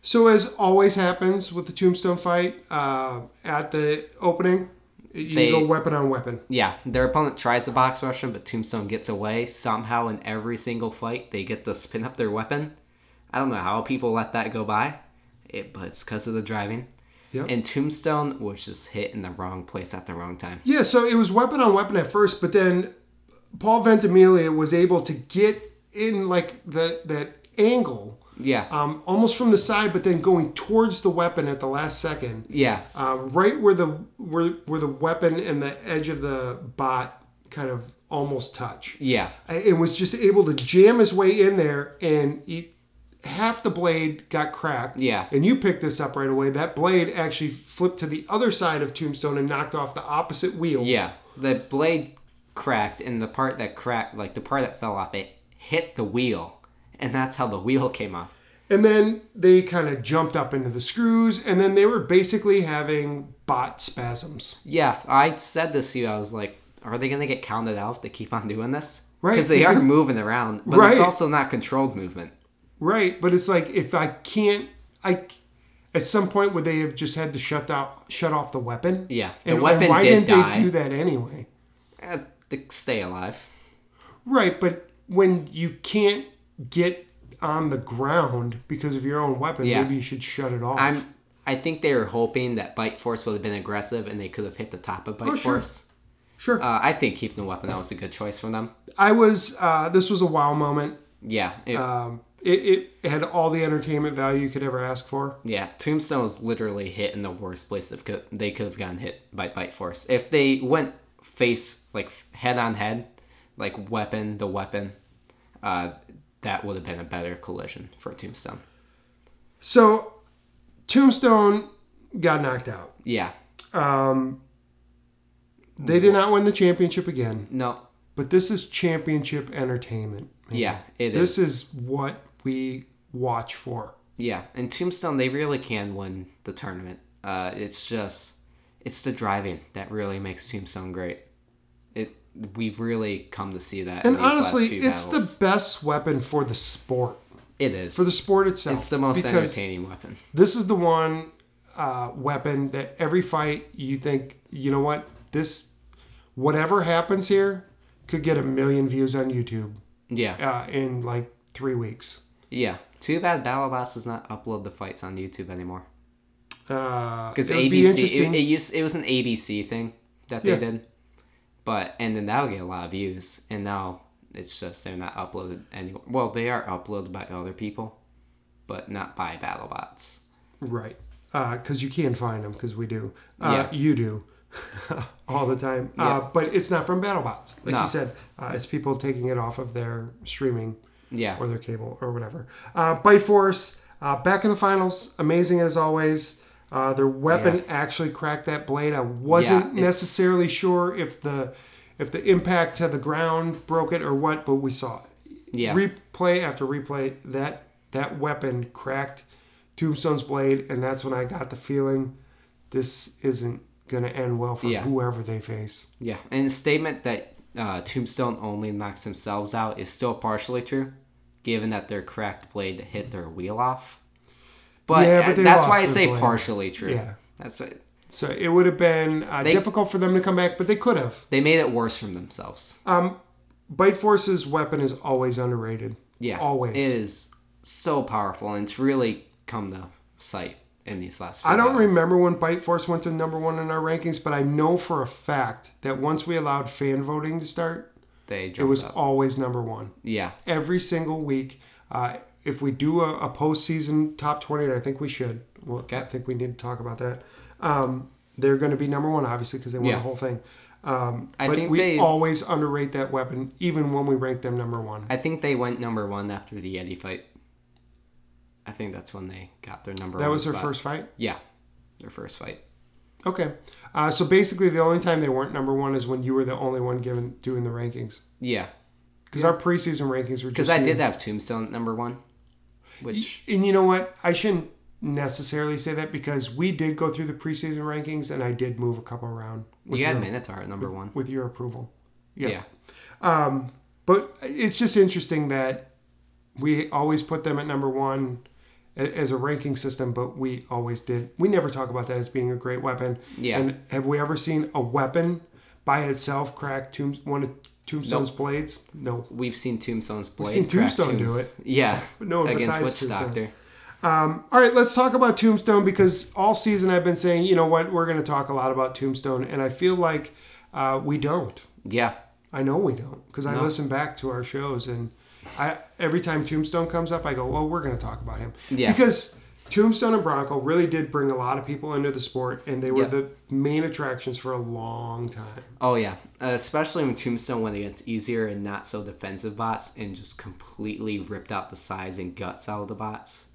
S1: So, as always happens with the Tombstone fight, uh, at the opening, you
S2: They-
S1: go weapon on weapon.
S2: Yeah, their opponent tries to box rush him, but Tombstone gets away. Somehow, in every single fight, they get to spin up their weapon. I don't know how people let that go by, it, but it's because of the driving.
S1: Yep.
S2: And Tombstone was just hit in the wrong place at the wrong time.
S1: Yeah, so it was weapon on weapon at first, but then Paul Ventimiglia was able to get in like the that angle,
S2: Yeah,
S1: um, almost from the side, but then going towards the weapon at the last second,
S2: yeah,
S1: um, right where the where where the weapon and the edge of the bot kind of almost touch,
S2: yeah,
S1: and was just able to jam his way in there, and he, half the blade got cracked.
S2: Yeah.
S1: and you picked this up right away. That blade actually flipped to the other side of Tombstone and knocked off the opposite wheel.
S2: yeah. The blade cracked, and the part that cracked, like the part that fell off, it hit the wheel, and that's how the wheel came off.
S1: And then they kind of jumped up into the screws, and then they were basically having bot spasms.
S2: Yeah, I said this to you. I was like, are they going to get counted out if they keep on doing this?
S1: Right,
S2: Because they are
S1: because-
S2: moving around, but
S1: Right.
S2: it's also not controlled movement.
S1: Right, but it's like if I can't, I at some point would they have just had to shut out, shut off the weapon?
S2: Yeah, the
S1: and, and
S2: weapon
S1: why
S2: did
S1: didn't
S2: die.
S1: they do that anyway?
S2: Eh, to stay alive.
S1: Right, but when you can't get on the ground because of your own weapon,
S2: Yeah.
S1: maybe you should shut it off.
S2: I'm. I think they were hoping that Bite Force would have been aggressive and they could have hit the top of Bite
S1: Oh, sure.
S2: Force.
S1: sure.
S2: Uh, I think keeping the weapon out was a good choice for them.
S1: I was. Uh, this was a wow moment.
S2: Yeah, it-
S1: Um, it, it had all the entertainment value you could ever ask for.
S2: yeah. Tombstone was literally hit in the worst place that could, they could have gotten hit by Bite Force. If they went face like head on head, like weapon to weapon, uh, that would have been a better collision for Tombstone.
S1: So Tombstone got knocked out.
S2: Yeah.
S1: They did not win the championship again,
S2: No.
S1: but this is championship entertainment.
S2: Yeah. It is.
S1: This is what we watch for.
S2: Yeah, and Tombstone they really can win the tournament. Uh, it's just it's the driving that really makes Tombstone great. It we've really come to see that.
S1: And
S2: in these
S1: honestly,
S2: last few
S1: it's
S2: battles.
S1: the best weapon for the sport,
S2: it is
S1: for the sport itself.
S2: it's the most
S1: because
S2: entertaining weapon.
S1: This is the one uh, weapon that every fight you think, you know what, this, whatever happens here, could get a million views on YouTube
S2: Yeah,
S1: uh, in like three weeks.
S2: yeah. Too bad Battle Boss does not upload the fights on YouTube anymore
S1: Because Uh,
S2: because ABC it, it used it was an ABC thing that they
S1: Yeah.
S2: did, but and then that would get a lot of views, and now it's just they're not uploaded anymore. Well, they are uploaded by other people, but not by Battle Bots.
S1: Right. Because you can find them, because we do. Uh,
S2: Yeah.
S1: You do <laughs> all the time. Uh, but it's not from BattleBots. Like
S2: No.
S1: you said, uh, it's people taking it off of their streaming
S2: Yeah.
S1: or their cable or whatever. Uh, Bite Force, uh, back in the finals. Amazing as always. Uh, their weapon actually cracked that blade. I wasn't
S2: it's-
S1: necessarily sure if the if the impact to the ground broke it or what, but we saw it.
S2: Yeah.
S1: replay after replay that that weapon cracked tombstone's blade and that's when i got the feeling this isn't gonna end well for
S2: Yeah.
S1: whoever they face
S2: yeah. And the statement that uh, Tombstone only knocks themselves out is still partially true, given that their cracked blade hit their wheel off. But,
S1: Yeah, but
S2: uh,
S1: they
S2: that's
S1: lost
S2: why I
S1: their
S2: say
S1: blade.
S2: partially true.
S1: Yeah.
S2: That's it.
S1: so it would have been uh, difficult for them to come back but they could have
S2: They made it worse from themselves.
S1: Oh, bite force's weapon is always underrated
S2: yeah.
S1: always
S2: It is so powerful, and it's really come to sight in these last few
S1: I don't
S2: battles.
S1: remember when Bite Force went to number one in our rankings, but I know for a fact that once we allowed fan voting to start,
S2: They jumped
S1: it was
S2: up.
S1: always number one.
S2: Yeah.
S1: every single week. Uh, if we do a, a postseason top 20, and I think we should, well, I think we need to talk about that. Um, they're going to be number one, obviously, because they won
S2: Yeah.
S1: the whole thing. Um,
S2: I
S1: but
S2: think
S1: we
S2: they-
S1: always underrate that weapon, even when we rank them number one.
S2: I think they went number one after the Yeti fight. I think that's when they got their number
S1: That
S2: one.
S1: was their
S2: spot.
S1: first fight.
S2: Yeah. Their first fight.
S1: Okay. Uh, so basically, the only time they weren't number one is when you were the only one given doing the rankings.
S2: Yeah,
S1: Because our preseason rankings were just.
S2: because I
S1: you.
S2: did have Tombstone number one, which
S1: And you know what? I shouldn't necessarily say that because we did go through the preseason rankings and I did move a couple around with,
S2: you had
S1: your,
S2: Minotaur at number one.
S1: with your approval. Yeah.
S2: Yeah,
S1: But it's just interesting that we always put them at number one a- as a ranking system, but we always did. We never talk about that as being a great weapon.
S2: Yeah.
S1: And have we ever seen a weapon by itself crack tomb, one of Tombstone's blades? No.
S2: we've seen Tombstone's blade.
S1: seen
S2: crack
S1: Tombstone do
S2: tombs. Yeah,
S1: no one
S2: against
S1: besides
S2: Witch
S1: Tombstone.
S2: Doctor.
S1: All right, let's talk about Tombstone because all season I've been saying, you know what, we're going to talk a lot about Tombstone, and I feel like uh, we don't.
S2: Yeah,
S1: I know we don't because I listen back to our shows, and I every time Tombstone comes up, I go, well, we're going to talk about him
S2: Yeah.
S1: because Tombstone and Bronco really did bring a lot of people into the sport, and they were
S2: Yeah.
S1: the main attractions for a long time.
S2: oh yeah, uh, especially when Tombstone went against easier and not so defensive bots and just completely ripped out the sides and guts out of the bots.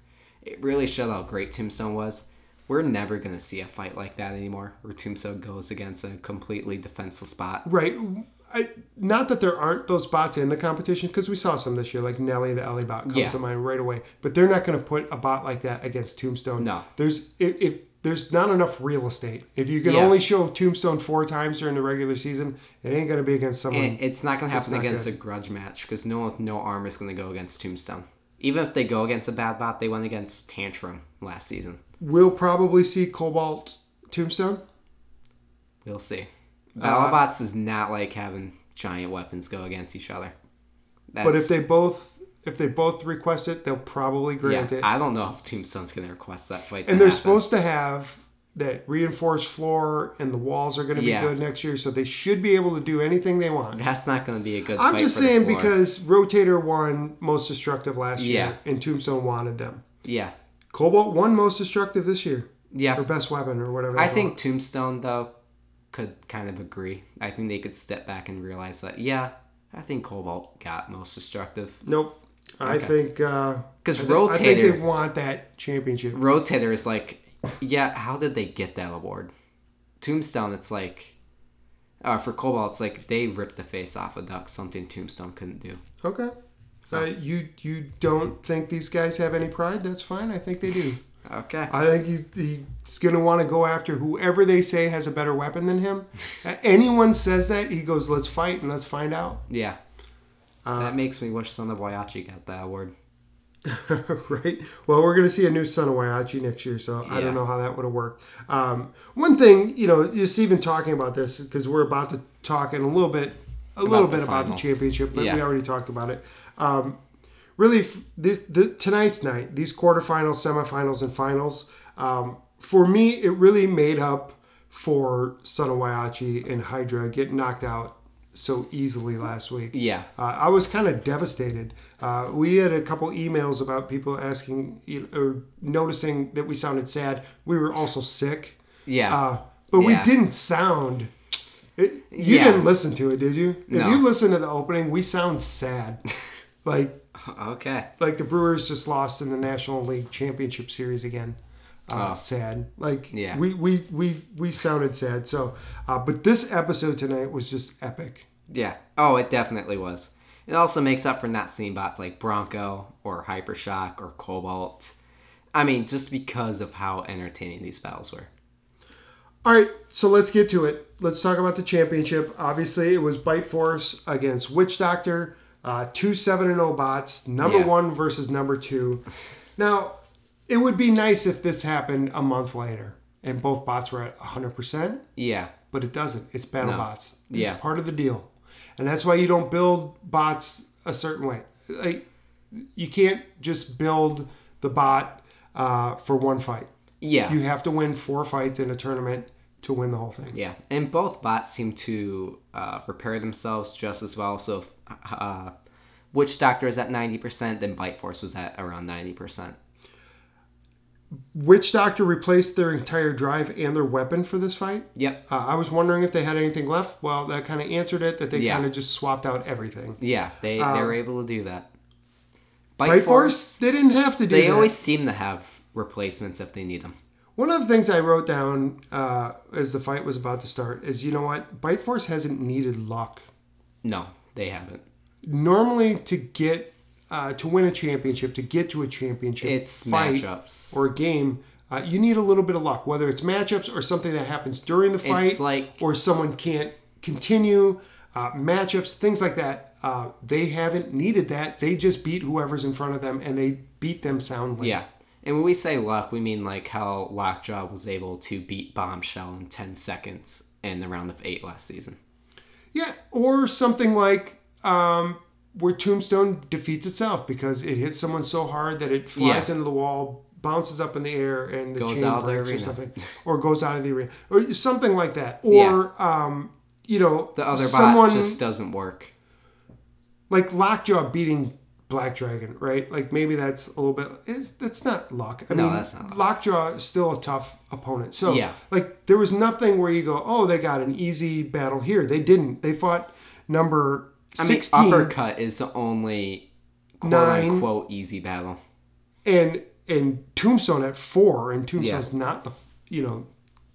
S2: It really showed how great Tombstone was. We're never gonna see a fight like that anymore, where Tombstone goes against a completely defenseless bot.
S1: Right. I, not that there aren't those bots in the competition because we saw some this year, like Nelly the Ellie bot comes
S2: Yeah.
S1: to mind right away. But they're not going to put a bot like that against Tombstone.
S2: No.
S1: there's if, if there's not enough real estate. If you can
S2: Yeah.
S1: only show Tombstone four times during the regular season, it ain't going to be against someone.
S2: And it's not going to happen
S1: not
S2: against
S1: good.
S2: a grudge match because no one with no armor is going to go against Tombstone. Even if they go against a bad bot, they went against Tantrum last season.
S1: we'll probably see Cobalt Tombstone.
S2: We'll see.
S1: Uh,
S2: Battlebots does not like having giant weapons go against each other. That's,
S1: But if they both if they both request it, they'll probably
S2: yeah,
S1: grant it.
S2: I don't know if Tombstone's going to request that fight.
S1: and they're supposed to have that reinforced floor, and the walls are going to be
S2: Yeah.
S1: good next year, so they should be able to do anything they want.
S2: That's not going to be a good.
S1: I'm
S2: fight
S1: just
S2: for the
S1: saying
S2: floor.
S1: because Rotator won most destructive last year, and Tombstone wanted them.
S2: Yeah,
S1: Cobalt won most destructive this year, or
S2: yeah.
S1: best weapon, or whatever.
S2: I
S1: they
S2: think Tombstone though could kind of agree. I think they could step back and realize that. Yeah, I think Cobalt got most destructive.
S1: want. Nope. I think uh,
S2: 'Cause
S1: I think- I think
S2: Rotator-
S1: they want that championship.
S2: Rotator is like, yeah, how did they get that award? Tombstone, it's like, uh, for Cobalt, it's like they ripped the face off a duck, something Tombstone couldn't do.
S1: Okay. So you you don't think these guys have any pride? That's fine. I think they do.
S2: Okay.
S1: I think he's, he's going to want to go after whoever they say has a better weapon than him. Uh, Anyone says that, he goes, "Let's fight and let's find out."
S2: yeah.
S1: Uh,
S2: that makes me wish Son of Boyachi got that award.
S1: <laughs> right? Well, we're going to see a new Son of Waiachi next year, so I
S2: Yeah.
S1: don't know how that would have worked. Um, one thing, you know, just even talking about this because we're about to talk in a little bit, a little
S2: the
S1: bit about the
S2: finals.
S1: championship, but we
S2: Yeah.
S1: already talked about it. Um, really, f- this the, tonight's night, these quarterfinals, semifinals, and finals. Um, for me, it really made up for Son of Waiachi and Hydra getting knocked out so easily last week.
S2: Yeah.
S1: Uh, I was kind of devastated. Uh, we had a couple emails about people asking you know, or noticing that we sounded sad. We were also sick,
S2: Yeah.
S1: uh, but we
S2: Yeah.
S1: didn't sound. It, you
S2: Yeah.
S1: didn't listen to it, did you?
S2: No.
S1: If you listen to the opening, we sound
S2: <laughs>
S1: sad, like
S2: okay.
S1: like the Brewers just lost in the National League Championship Series again. Uh, Sad, like
S2: Oh. Yeah.
S1: we we we we sounded sad. So, uh, but this episode tonight was just epic.
S2: Yeah. Oh, it definitely was. It also makes up for not seeing bots like Bronco or Hypershock or Cobalt. I mean, just because of how entertaining these battles were.
S1: All right, so let's get to it. Let's talk about the championship. Obviously, it was Bite Force against Witch Doctor, uh, two 7 and 0 bots, number
S2: Yeah.
S1: one versus number two. Now, it would be nice if this happened a month later and both bots were at 100%,
S2: Yeah.
S1: but it doesn't. It's battle bots, it's
S2: Yeah.
S1: part of the deal. And that's why you don't build bots a certain way. Like, you can't just build the bot uh, for one fight.
S2: Yeah.
S1: You have to win four fights in a tournament to win the whole thing.
S2: Yeah, and both bots seem to uh, repair themselves just as well. So, if, uh, Witch Doctor is at 90%, then Bite Force was at around 90%.
S1: Witch Doctor replaced their entire drive and their weapon for this fight.
S2: Yep.
S1: Uh, I was wondering if they had anything left. Well, that kind of answered it. That they
S2: Yeah.
S1: kind of just swapped out everything.
S2: Yeah, they, they were able to do that. Bite,
S1: Right,
S2: Force,
S1: Um, Force? They didn't have to do
S2: they
S1: that.
S2: always seem to have replacements if they need them.
S1: One of the things I wrote down uh, as the fight was about to start is, you know what? Bite Force hasn't needed luck.
S2: No, they haven't.
S1: Normally, to get uh, to win a championship, to get to a championship,
S2: It's
S1: fight
S2: matchups.
S1: or a game. Uh, you need a little bit of luck, whether it's matchups or something that happens during the fight,
S2: like-
S1: or someone can't continue uh, matchups, things like that. Uh, they haven't needed that. They just beat whoever's in front of them, and they beat them soundly.
S2: Yeah. And when we say luck, we mean like how Lockjaw was able to beat Bombshell in 10 seconds in the round of eight last season.
S1: Yeah, or something like um, where Tombstone defeats itself because it hits someone so hard that it flies
S2: Yeah.
S1: into the wall, bounces up in the air, and the
S2: Goes
S1: chain
S2: out of the
S1: breaks or
S2: arena.
S1: something, or goes out of the arena, or something like that. Or um, you know,
S2: The other
S1: someone
S2: bot just doesn't work.
S1: like Lockjaw beating Black Dragon, right? Like maybe that's a little bit. It's, that's not luck. I
S2: No,
S1: mean,
S2: that's not luck.
S1: Lockjaw is still a tough opponent. So
S2: Yeah.
S1: like there was nothing where you go, oh, they got an easy battle here. They didn't. They fought number.
S2: I
S1: 16
S2: mean, uppercut is the only quote
S1: Nine.
S2: unquote easy battle.
S1: and and Tombstone at four, and Tombstone's not the you know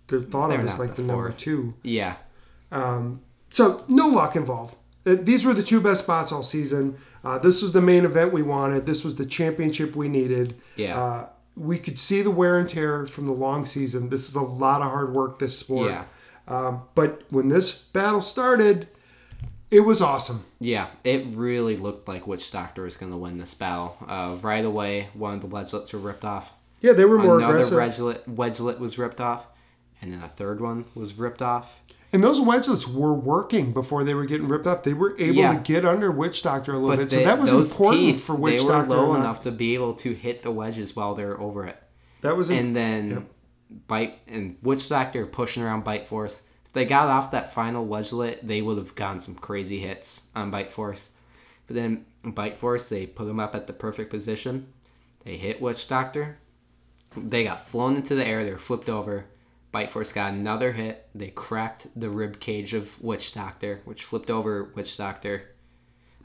S1: they're thought
S2: They're
S1: of as
S2: not
S1: like the,
S2: the
S1: number
S2: fourth.
S1: two.
S2: Yeah.
S1: So no luck involved. Uh, These were the two best spots all season. Uh, this was the main event we wanted. This was the championship we needed.
S2: Yeah.
S1: Uh, we could see the wear and tear from the long season. This is a lot of hard work. This sport.
S2: Yeah.
S1: Um, but when this battle started, it was awesome.
S2: Yeah, it really looked like Witch Doctor was going to win this battle. Uh, right away, one of the wedgelets were ripped off.
S1: Yeah, they were more
S2: Another
S1: aggressive.
S2: wedgelet, wedgelet was ripped off. And then a third one was ripped off.
S1: And those wedgelets were working before they were getting ripped off. They were able
S2: Yeah.
S1: to get under Witch Doctor a little
S2: But
S1: bit,
S2: the-
S1: so that was
S2: those
S1: important
S2: teeth,
S1: for Witch
S2: they were
S1: Doctor.
S2: low
S1: not-
S2: enough to be able to hit the wedges while they're over it.
S1: That was
S2: and then bite and witch doctor pushing around bite force if they got off that final wedgelet they would have gotten some crazy hits on bite force but then bite force they put him up at the perfect position they hit witch doctor they got flown into the air they were flipped over bite force got another hit they cracked the rib cage of witch doctor which flipped over witch doctor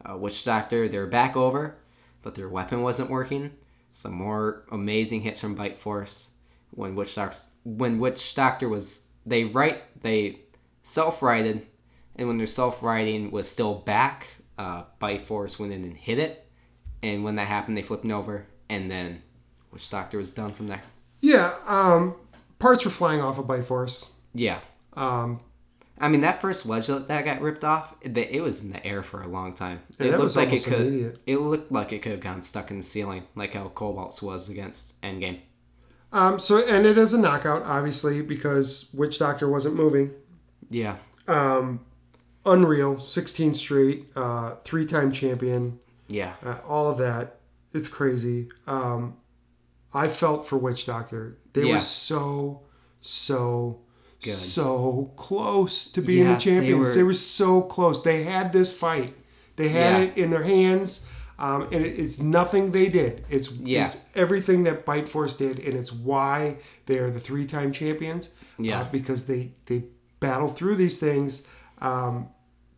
S2: uh, Witch Doctor, they're back over, but their weapon wasn't working. Some more amazing hits from Bite Force. When Witch Doctor, when Witch Doctor was, they right, they self-righted, and when their self-righting was still back, uh, Bite Force went in and hit it. And when that happened, they flipped it over, and then Witch Doctor was done from there.
S1: yeah. Um, parts were flying off of Bifrost.
S2: Yeah. Um, I mean that first wedgelet that got ripped off, it, it was in the air for a long time.
S1: Yeah,
S2: it
S1: that
S2: looked
S1: was
S2: like it
S1: almost
S2: could.
S1: immediate.
S2: It looked like it could have gone stuck in the ceiling, like how Cobalt's was against Endgame.
S1: Um, so it ended as a knockout, obviously, because Witch Doctor wasn't moving. Um,
S2: Yeah,
S1: Unreal, 16 straight, uh, three-time champion,
S2: yeah,
S1: uh, all of that. It's crazy. Um, I felt for Witch Doctor. They
S2: Yeah.
S1: were so, so, so close to being
S2: Yeah,
S1: the
S2: they
S1: champions. They were,
S2: were-
S1: so close. They had this fight. They had
S2: Yeah.
S1: it in their hands. Um, and it, it's nothing they did. It's
S2: Yeah.
S1: it's everything that Bite Force did, and it's why they are the three time champions. uh,
S2: Yeah.
S1: because they they battle through these things. Um,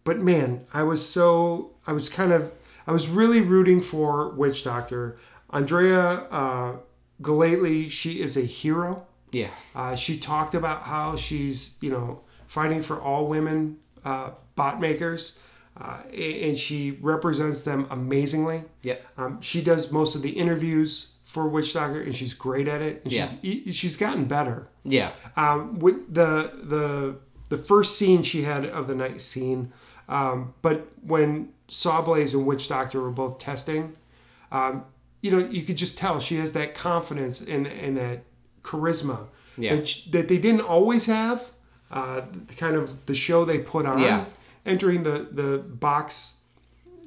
S1: but man, I was so I was kind of I was really rooting for Witch Doctor Andrea uh, Galately. She is a hero.
S2: yeah,
S1: Uh, she talked about how she's you know fighting for all women uh, bot makers, uh, a- and she represents them amazingly.
S2: yeah,
S1: Um, she does most of the interviews for Witch Doctor, and she's great at it. And she's e- she's gotten better.
S2: yeah,
S1: Um, with the the the first scene she had of the night scene, um, but when Sawblaze and Witch Doctor were both testing, um, you know, you could just tell she has that confidence and and that charisma
S2: Yeah.
S1: that, sh that they didn't always have. Uh, the kind of the show they put on
S2: Yeah.
S1: entering the the box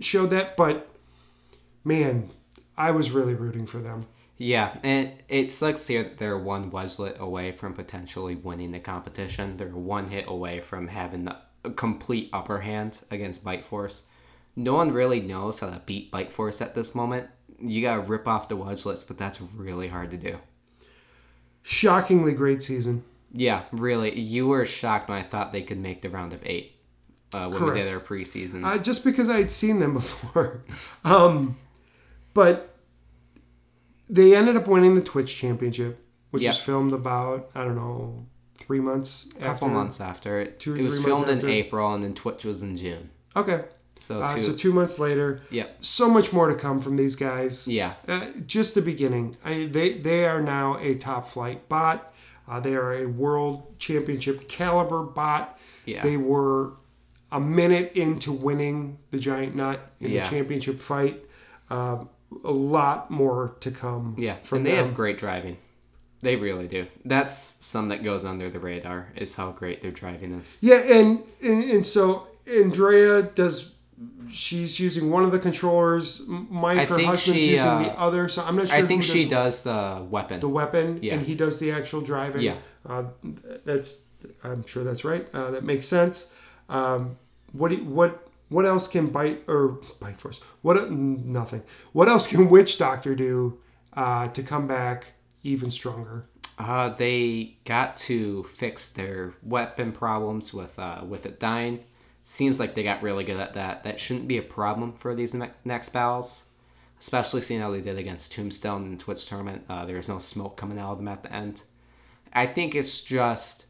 S1: showed that, but man, I was really rooting for them.
S2: yeah. And it sucks here that they're one wedgelet away from potentially winning the competition. They're one hit away from having the complete upper hand against Bite Force. No one really knows how to beat Bite Force at this moment. You gotta rip off the wedgelets, but that's really hard to do.
S1: Shockingly great season.
S2: Yeah, really. You were shocked when I thought they could make the round of eight uh, when we did our preseason.
S1: uh, just because I had seen them <laughs> before. um, but they ended up winning the Twitch championship. which
S2: Yep.
S1: was filmed about I don't know three months.
S2: A couple months after it.
S1: Two or
S2: it was
S1: three months
S2: filmed in
S1: after.
S2: April and then Twitch was in June.
S1: Okay,
S2: So,
S1: uh,
S2: two.
S1: so two months later.
S2: Yep.
S1: So much more to come from these guys.
S2: Yeah.
S1: Uh, just the beginning. I, they they are now a top flight bot. Uh, they are a world championship caliber bot.
S2: Yeah.
S1: They were a minute into winning the giant nut in
S2: Yeah.
S1: the championship fight. Uh, a lot more to come.
S2: Yeah,
S1: From
S2: and they
S1: them.
S2: have great driving. They really do. That's some that goes under the radar is how great their driving is.
S1: Yeah, and, and and so Andrea does. She's using one of the controllers. M- Mike,
S2: I
S1: her
S2: think
S1: husband's
S2: she,
S1: using
S2: uh,
S1: the other. So I'm not sure.
S2: I think
S1: who
S2: she
S1: does
S2: does the weapon.
S1: the weapon,
S2: Yeah.
S1: and he does the actual driving.
S2: Yeah.
S1: uh, that's. I'm sure that's right. Uh, that makes sense. Um, what do- what what else can bite or bite force? What uh, nothing. What else can witch doctor do uh, to come back even stronger?
S2: Uh, they got to fix their weapon problems with uh, with it dying. Seems like they got really good at that. That shouldn't be a problem for these ne- next battles, especially seeing how they did against Tombstone and Twitch tournament. Uh, there was no smoke coming out of them at the end. I think it's just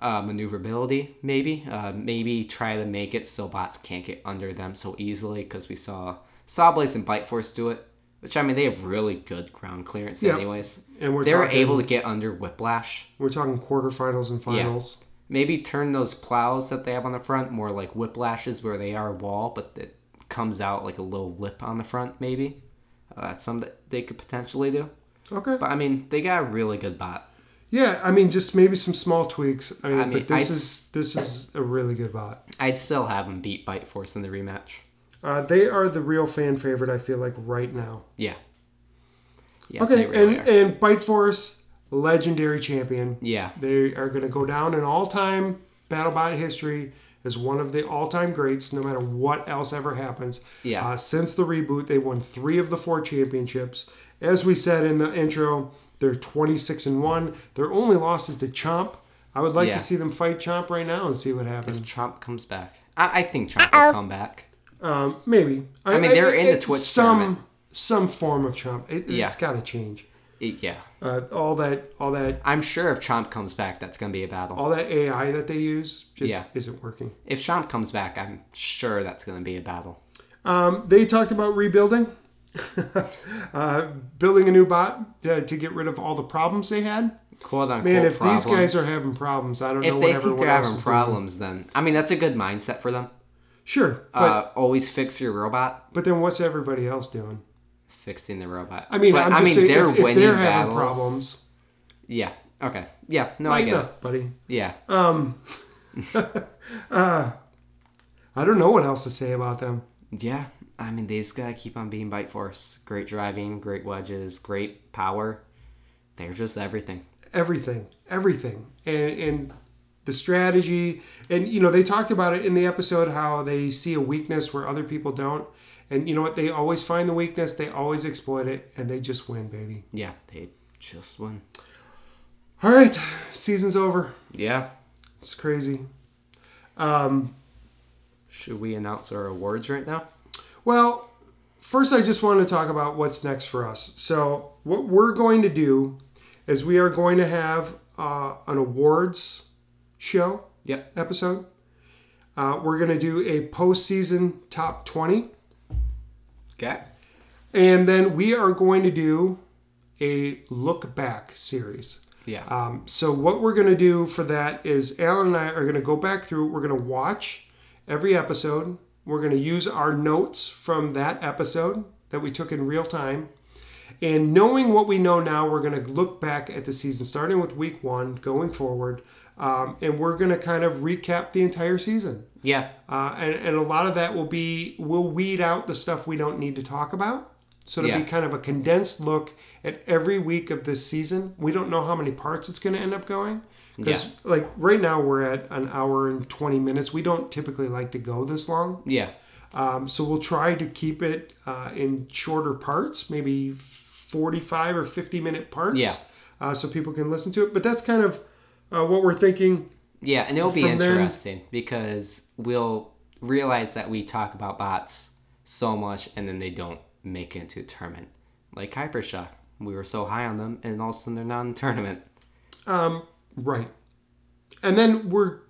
S2: uh, maneuverability, maybe. Uh, maybe try to make it so bots can't get under them so easily because we saw Sawblaze and Bite Force do it. Which I mean, they have really good ground clearance,
S1: Yeah.
S2: anyways.
S1: And we're
S2: they were
S1: talking-
S2: able to get under Whiplash.
S1: We're talking quarterfinals and finals.
S2: Maybe turn those plows that they have on the front more like whiplashes where they are a wall, but it comes out like a little lip on the front, maybe. Uh, that's something that they could potentially do.
S1: Okay.
S2: But I mean, they got a really good bot.
S1: Yeah, I mean, just maybe some small tweaks. I mean,
S2: mean,
S1: but this
S2: I-
S1: is this is a really good bot.
S2: I'd still have them beat Bite Force in the rematch.
S1: Uh, they are the real fan favorite. I feel like right now.
S2: Yeah. Yeah,
S1: okay,
S2: they really
S1: and
S2: are.
S1: and Bite Force, legendary champion.
S2: Yeah.
S1: they are going to go down in all time battle bot history as one of the all time greats. No matter what else ever happens.
S2: Yeah.
S1: Uh, since the reboot, they won three of the four championships. As we said in the intro, they're twenty six and one. Their only loss is to Chomp. I would like
S2: Yeah.
S1: to see them fight Chomp right now and see what happens.
S2: Chomp comes back. I, I think Chomp will come back.
S1: Um, maybe. I,
S2: mean, they're in the
S1: it-
S2: Twitch
S1: some
S2: tournament.
S1: some form of chomp. It,
S2: Yeah.
S1: It's got to change.
S2: It- yeah.
S1: Uh, all that all that
S2: I'm sure if Chomp comes back, that's going to be a battle.
S1: all that AI that they use just
S2: Yeah.
S1: isn't working.
S2: If Chomp comes back, I'm sure that's going to be a battle.
S1: Um, they talked about rebuilding, <laughs> uh, building a new bot to, to get rid of all the problems they had.
S2: Quote unquote.
S1: Man, if
S2: problems.
S1: these guys are having problems, I don't know
S2: if
S1: what
S2: they think
S1: everyone
S2: they're
S1: else
S2: having
S1: is doing.
S2: problems, then I mean that's a good mindset for them.
S1: Sure, but
S2: uh, always fix your robot,
S1: but then what's everybody else doing?
S2: fixing the robot.
S1: I mean,
S2: but,
S1: I'm just saying if- if, they're having
S2: battles-
S1: problems,
S2: Yeah. Okay. Yeah. No, I
S1: lighten
S2: get it.
S1: up, buddy.
S2: Yeah.
S1: I don't know what else to say about them.
S2: yeah. I mean, these guys keep on being bite force. Great driving, great wedges, great power. They're just everything.
S1: everything, everything, and, and the strategy. And you know, they talked about it in the episode how they see a weakness where other people don't. And you know what? They always find the weakness, they always exploit it, and they just win, baby.
S2: Yeah. They just win.
S1: All right, season's over.
S2: Yeah.
S1: It's crazy.
S2: Should we announce our awards right now?
S1: Well, first, I just want to talk about what's next for us. So, what we're going to do is we are going to have uh, an awards show
S2: Yep.
S1: episode. Uh, we're going to do a postseason top 20.
S2: Okay.
S1: And then we are going to do a look back series.
S2: Yeah.
S1: Um, so, what we're going to do for that is Alan and I are going to go back through, we're going to watch every episode. We're going to use our notes from that episode that we took in real time. And knowing what we know now, we're going to look back at the season, starting with week one, going forward. Um, and we're going to kind of recap the entire season.
S2: yeah.
S1: Uh, and, and a lot of that will be we'll weed out the stuff we don't need to talk about. So it'll
S2: Yeah.
S1: be kind of a condensed look at every week of this season. We don't know how many parts it's going to end up going because,
S2: Yeah.
S1: like right now, we're at an hour and twenty minutes. We don't typically like to go this long,
S2: Yeah.
S1: um, so we'll try to keep it uh, in shorter parts, maybe forty-five or fifty-minute parts,
S2: Yeah.
S1: uh, so people can listen to it. But that's kind of uh, what we're thinking.
S2: Yeah, and it'll be
S1: From then-
S2: interesting because we'll realize that we talk about bots so much and then they don't make it into a tournament. Like Hypershock. we were so high on them, and all of a sudden they're not in the tournament.
S1: Right. And then we're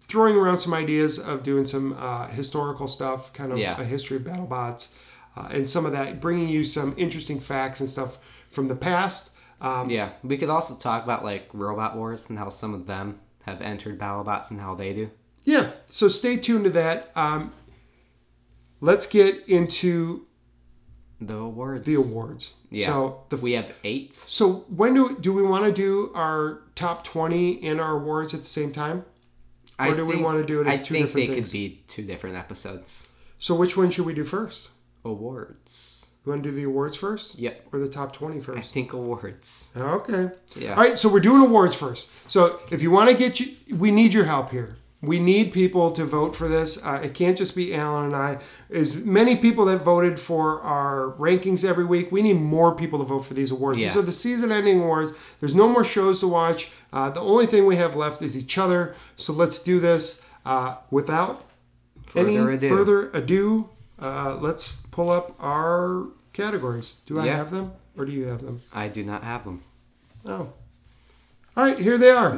S1: throwing around some ideas of doing some uh, historical stuff, kind of
S2: Yeah.
S1: a history of BattleBots, uh, and some of that, bringing you some interesting facts and stuff from the past. Um,
S2: Yeah, we could also talk about like robot wars and how some of them have entered BattleBots and how they do.
S1: yeah, so stay tuned to that. Um, let's get into
S2: The awards.
S1: the awards.
S2: Yeah.
S1: So the
S2: we have eight.
S1: so when do do we want to do our top twenty and our awards at the same time?
S2: I
S1: do we wanna do it as
S2: I
S1: two
S2: think
S1: different
S2: they
S1: things?
S2: could be two different episodes.
S1: So which one should we do first?
S2: Awards.
S1: You want to do the awards first?
S2: Yep.
S1: Or the top twenty
S2: I
S1: first?
S2: think awards.
S1: Okay.
S2: Yeah.
S1: All right, so we're doing awards first. So if you want to get you, we need your help here. We need people to vote for this. Uh, it can't just be Alan and I. As many people that voted for our rankings every week, we need more people to vote for these awards.
S2: Yeah.
S1: These are the season-ending awards. There's no more shows to watch. Uh, the only thing we have left is each other. So let's do this uh, without
S2: Further
S1: any
S2: ado.
S1: further ado. Uh, let's pull up our categories. Do I
S2: Yeah.
S1: have them, or do you have them?
S2: I do not have them.
S1: Oh. All right, here they
S2: <laughs>
S1: are.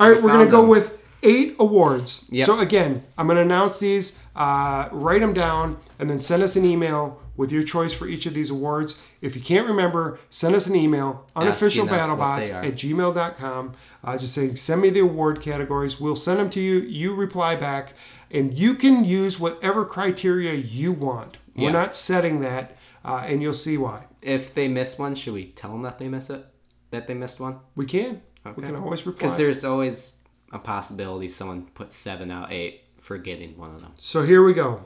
S1: All right,
S2: We
S1: we're going to
S2: found
S1: go
S2: them.
S1: with eight awards.
S2: Yep.
S1: So, again, I'm going to announce these, uh, write them down, and then send us an email with your choice for each of these awards. If you can't remember, send us an email,
S2: Asking us what
S1: unofficialbattlebots
S2: they are.
S1: at gmail.com. Uh, just saying, send me the award categories. We'll send them to you. You reply back, and you can use whatever criteria you want. We're
S2: Yeah.
S1: not setting that, uh, and you'll see why.
S2: If they miss one, should we tell them that they miss it? That they missed one?
S1: We can. We
S2: Okay.
S1: can always reply.
S2: Because there's always a possibility someone put seven out of eight for getting one of them.
S1: So here we go.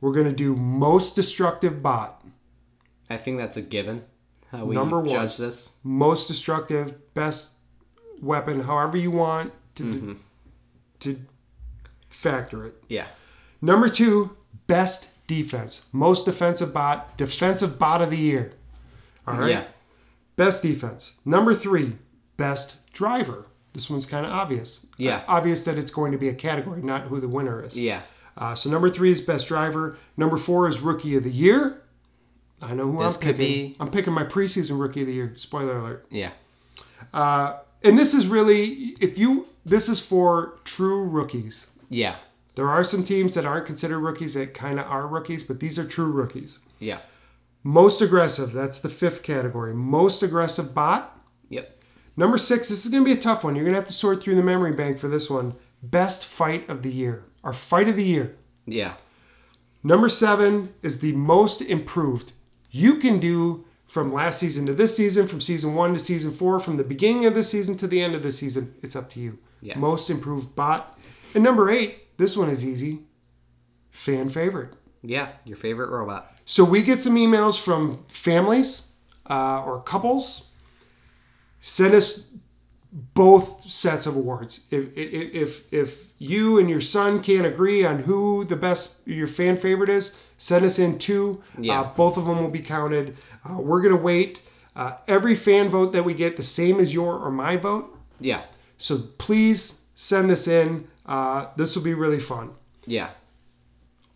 S1: We're gonna do most destructive bot,
S2: I think that's a given. How we
S1: Number one.
S2: judge this.
S1: most destructive, best weapon, however you want to to factor it.
S2: Yeah.
S1: Number two, best defense, most defensive bot, defensive bot of the year. All right,
S2: Yeah.
S1: best defense. Number three, best driver. This one's kind of obvious.
S2: Yeah.
S1: obvious that it's going to be a category, not who the winner is.
S2: Yeah.
S1: Uh, so number three is best driver. Number four is rookie of the year. I know who
S2: This
S1: I'm
S2: could
S1: picking.
S2: be-
S1: I'm picking my preseason rookie of the year. Spoiler alert.
S2: Yeah.
S1: And this is really if you this is for true rookies.
S2: Yeah.
S1: There are some teams that aren't considered rookies that kind of are rookies, but these are true rookies.
S2: Yeah.
S1: Most aggressive, that's the fifth category. Most aggressive bot.
S2: Yep.
S1: Number six, this is going to be a tough one. You're going to have to sort through the memory bank for this one. Best fight of the year. Our fight of the year.
S2: Yeah.
S1: Number seven is the most improved. You can do from last season to this season, from season one to season four, from the beginning of the season to the end of the season. It's up to you.
S2: Yeah.
S1: Most improved bot. And number eight, this one is easy fan favorite.
S2: Yeah. Your favorite robot.
S1: So we get some emails from families uh, or couples. Send us both sets of awards. If, if if- if you and your son can't agree on who the best your fan favorite is, send us in two.
S2: Yeah.
S1: Uh, both of them will be counted. Uh, we're gonna wait. Uh, every fan vote that we get, the same as your or my vote.
S2: Yeah.
S1: So please send this in. Uh, this will be really fun.
S2: Yeah.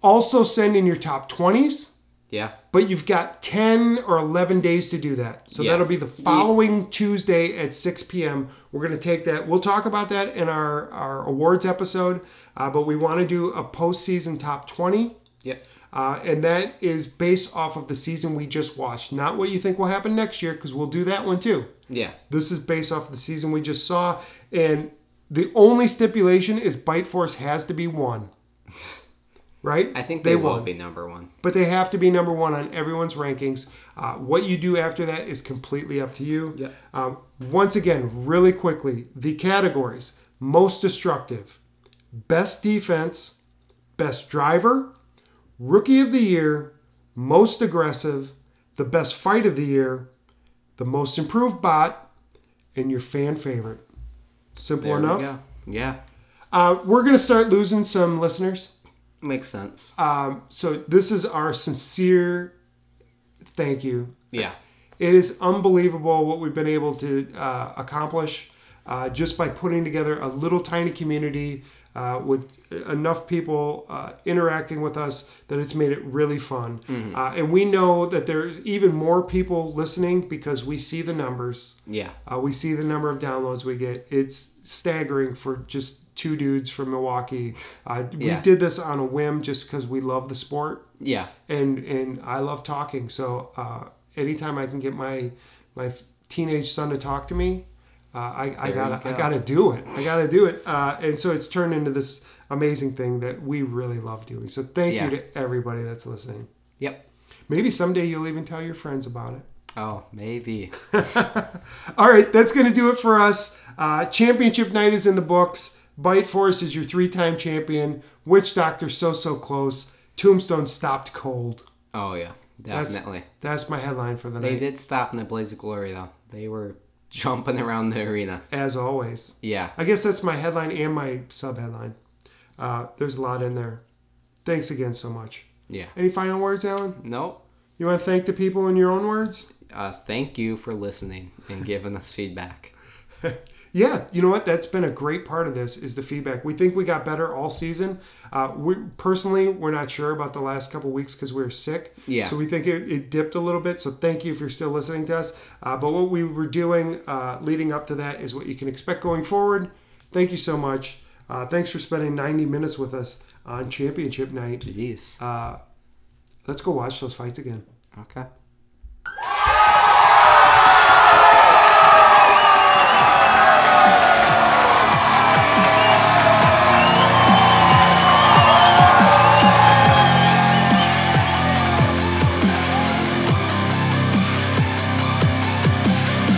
S1: Also, send in your top twenties
S2: Yeah.
S1: but you've got 10 or 11 days to do that. So
S2: Yeah.
S1: that'll be the following Tuesday at 6 p.m. We're going to take that. We'll talk about that in our, our awards episode, uh, but we want to do a postseason top 20.
S2: Yep.
S1: Uh, and that is based off of the season we just watched, not what you think will happen next year, because we'll do that one too.
S2: Yeah.
S1: This is based off the season we just saw, and the only stipulation is Bite Force has to be
S2: <laughs>
S1: one, right?
S2: I think they, will be number one.
S1: but they have to be number one on everyone's rankings. Uh, what you do after that is completely up to you.
S2: Yeah.
S1: Um, once again, really quickly, the categories most destructive, best defense, best driver, rookie of the year, most aggressive, the best fight of the year, the most improved bot, and your fan favorite. Simple
S2: There we
S1: enough.
S2: go. Yeah.
S1: Uh, we're going to start losing some listeners.
S2: Makes sense.
S1: Um, so this is our sincere thank you.
S2: yeah.
S1: It is unbelievable what we've been able to uh, accomplish. uh, just by putting together a little tiny community uh, with enough people uh, interacting with us that it's made it really fun. Uh, and we know that there's even more people listening because we see the numbers.
S2: Yeah.
S1: Uh, we see the number of downloads we get. It's staggering for just two dudes from Milwaukee. Uh,
S2: Yeah.
S1: We did this on a whim just because we love the sport
S2: Yeah.
S1: and and I love talking. So uh, anytime I can get my my teenage son to talk to me, uh, I, I gotta
S2: you
S1: I
S2: go.
S1: gotta do it. I gotta do it. Uh, and so it's turned into this amazing thing that we really love doing. So thank
S2: Yeah.
S1: you to everybody that's listening.
S2: Yep.
S1: Maybe someday you'll even tell your friends about it.
S2: Oh, maybe. <laughs>
S1: All right, that's going to do it for us. Uh, championship night is in the books. Bite Force is your three time champion. Witch Doctor, so, so close. Tombstone stopped cold.
S2: Oh yeah,
S1: That's,
S2: definitely.
S1: That's my headline for the night.
S2: They did stop in the blaze of glory though. They were <laughs> jumping around the arena.
S1: as always.
S2: Yeah.
S1: I guess that's my headline and my sub headline. Uh, there's a lot in there. Thanks again so much.
S2: Yeah.
S1: Any final words, Alan?
S2: Nope.
S1: You want to thank the people in your own words?
S2: Uh, thank you for listening and giving us feedback.
S1: Yeah, you know what? That's been a great part of this is the feedback. We think we got better all season. Uh, we personally we're not sure about the last couple weeks because we were sick.
S2: Yeah.
S1: So we think it, it dipped a little bit. So thank you if you're still listening to us. Uh, but what we were doing uh, leading up to that is what you can expect going forward. Thank you so much. Uh, thanks for spending 90 minutes with us on championship night.
S2: Jeez.
S1: Uh, Let's go watch those fights again.
S2: okay.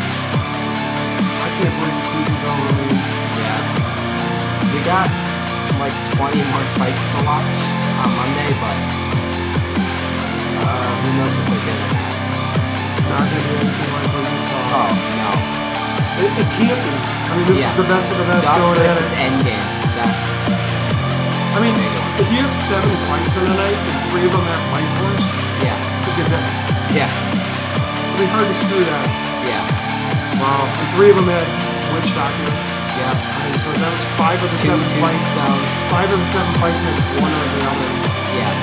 S1: I can't believe the season's over. man.
S2: Yeah. We got like 20 more fights to watch on Monday, but uh, who knows if we're gonna.
S1: It's not going to be anything like what we saw.
S2: Oh no.
S1: It, it can't be. I mean, this
S2: Yeah.
S1: is the best of the best
S2: Duck
S1: going at
S2: versus
S1: it.
S2: Endgame. That's
S1: I mean, if you have seven fights in a night and three of them have fight force,
S2: yeah,
S1: it's a good night.
S2: yeah,
S1: It'd be hard to screw that.
S2: yeah,
S1: Wow. And three of them had witch doctor.
S2: yeah.
S1: I mean, so that was five of the
S2: Two
S1: seven fights.
S2: tombstones.
S1: Five of the seven fights had one or the other.
S2: Yeah,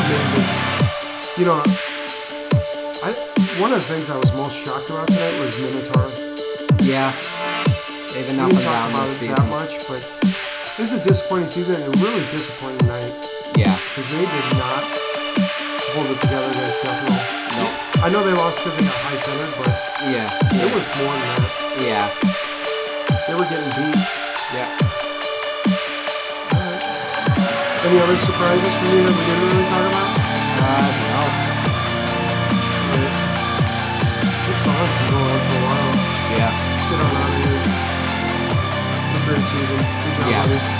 S1: Amazing. You know, I one of the things I was most shocked about tonight was Minotaur.
S2: yeah. They've
S1: We
S2: been up
S1: didn't
S2: and
S1: talk
S2: down
S1: about
S2: this
S1: it that
S2: season.
S1: much, but this is a disappointing season and a really disappointing night.
S2: Yeah.
S1: because they did not hold it together against Buffalo.
S2: No.
S1: I know they lost because they got high centered, but
S2: Yeah.
S1: it was more than that.
S2: Yeah.
S1: They were getting beat.
S2: Yeah.
S1: Any other surprises for you that we didn't really talk about?
S2: Uh,
S1: This song has been going on for a while.
S2: no. Yeah.
S1: Let's get on out of here. Have a great season. Good job,
S2: Yeah.
S1: buddy.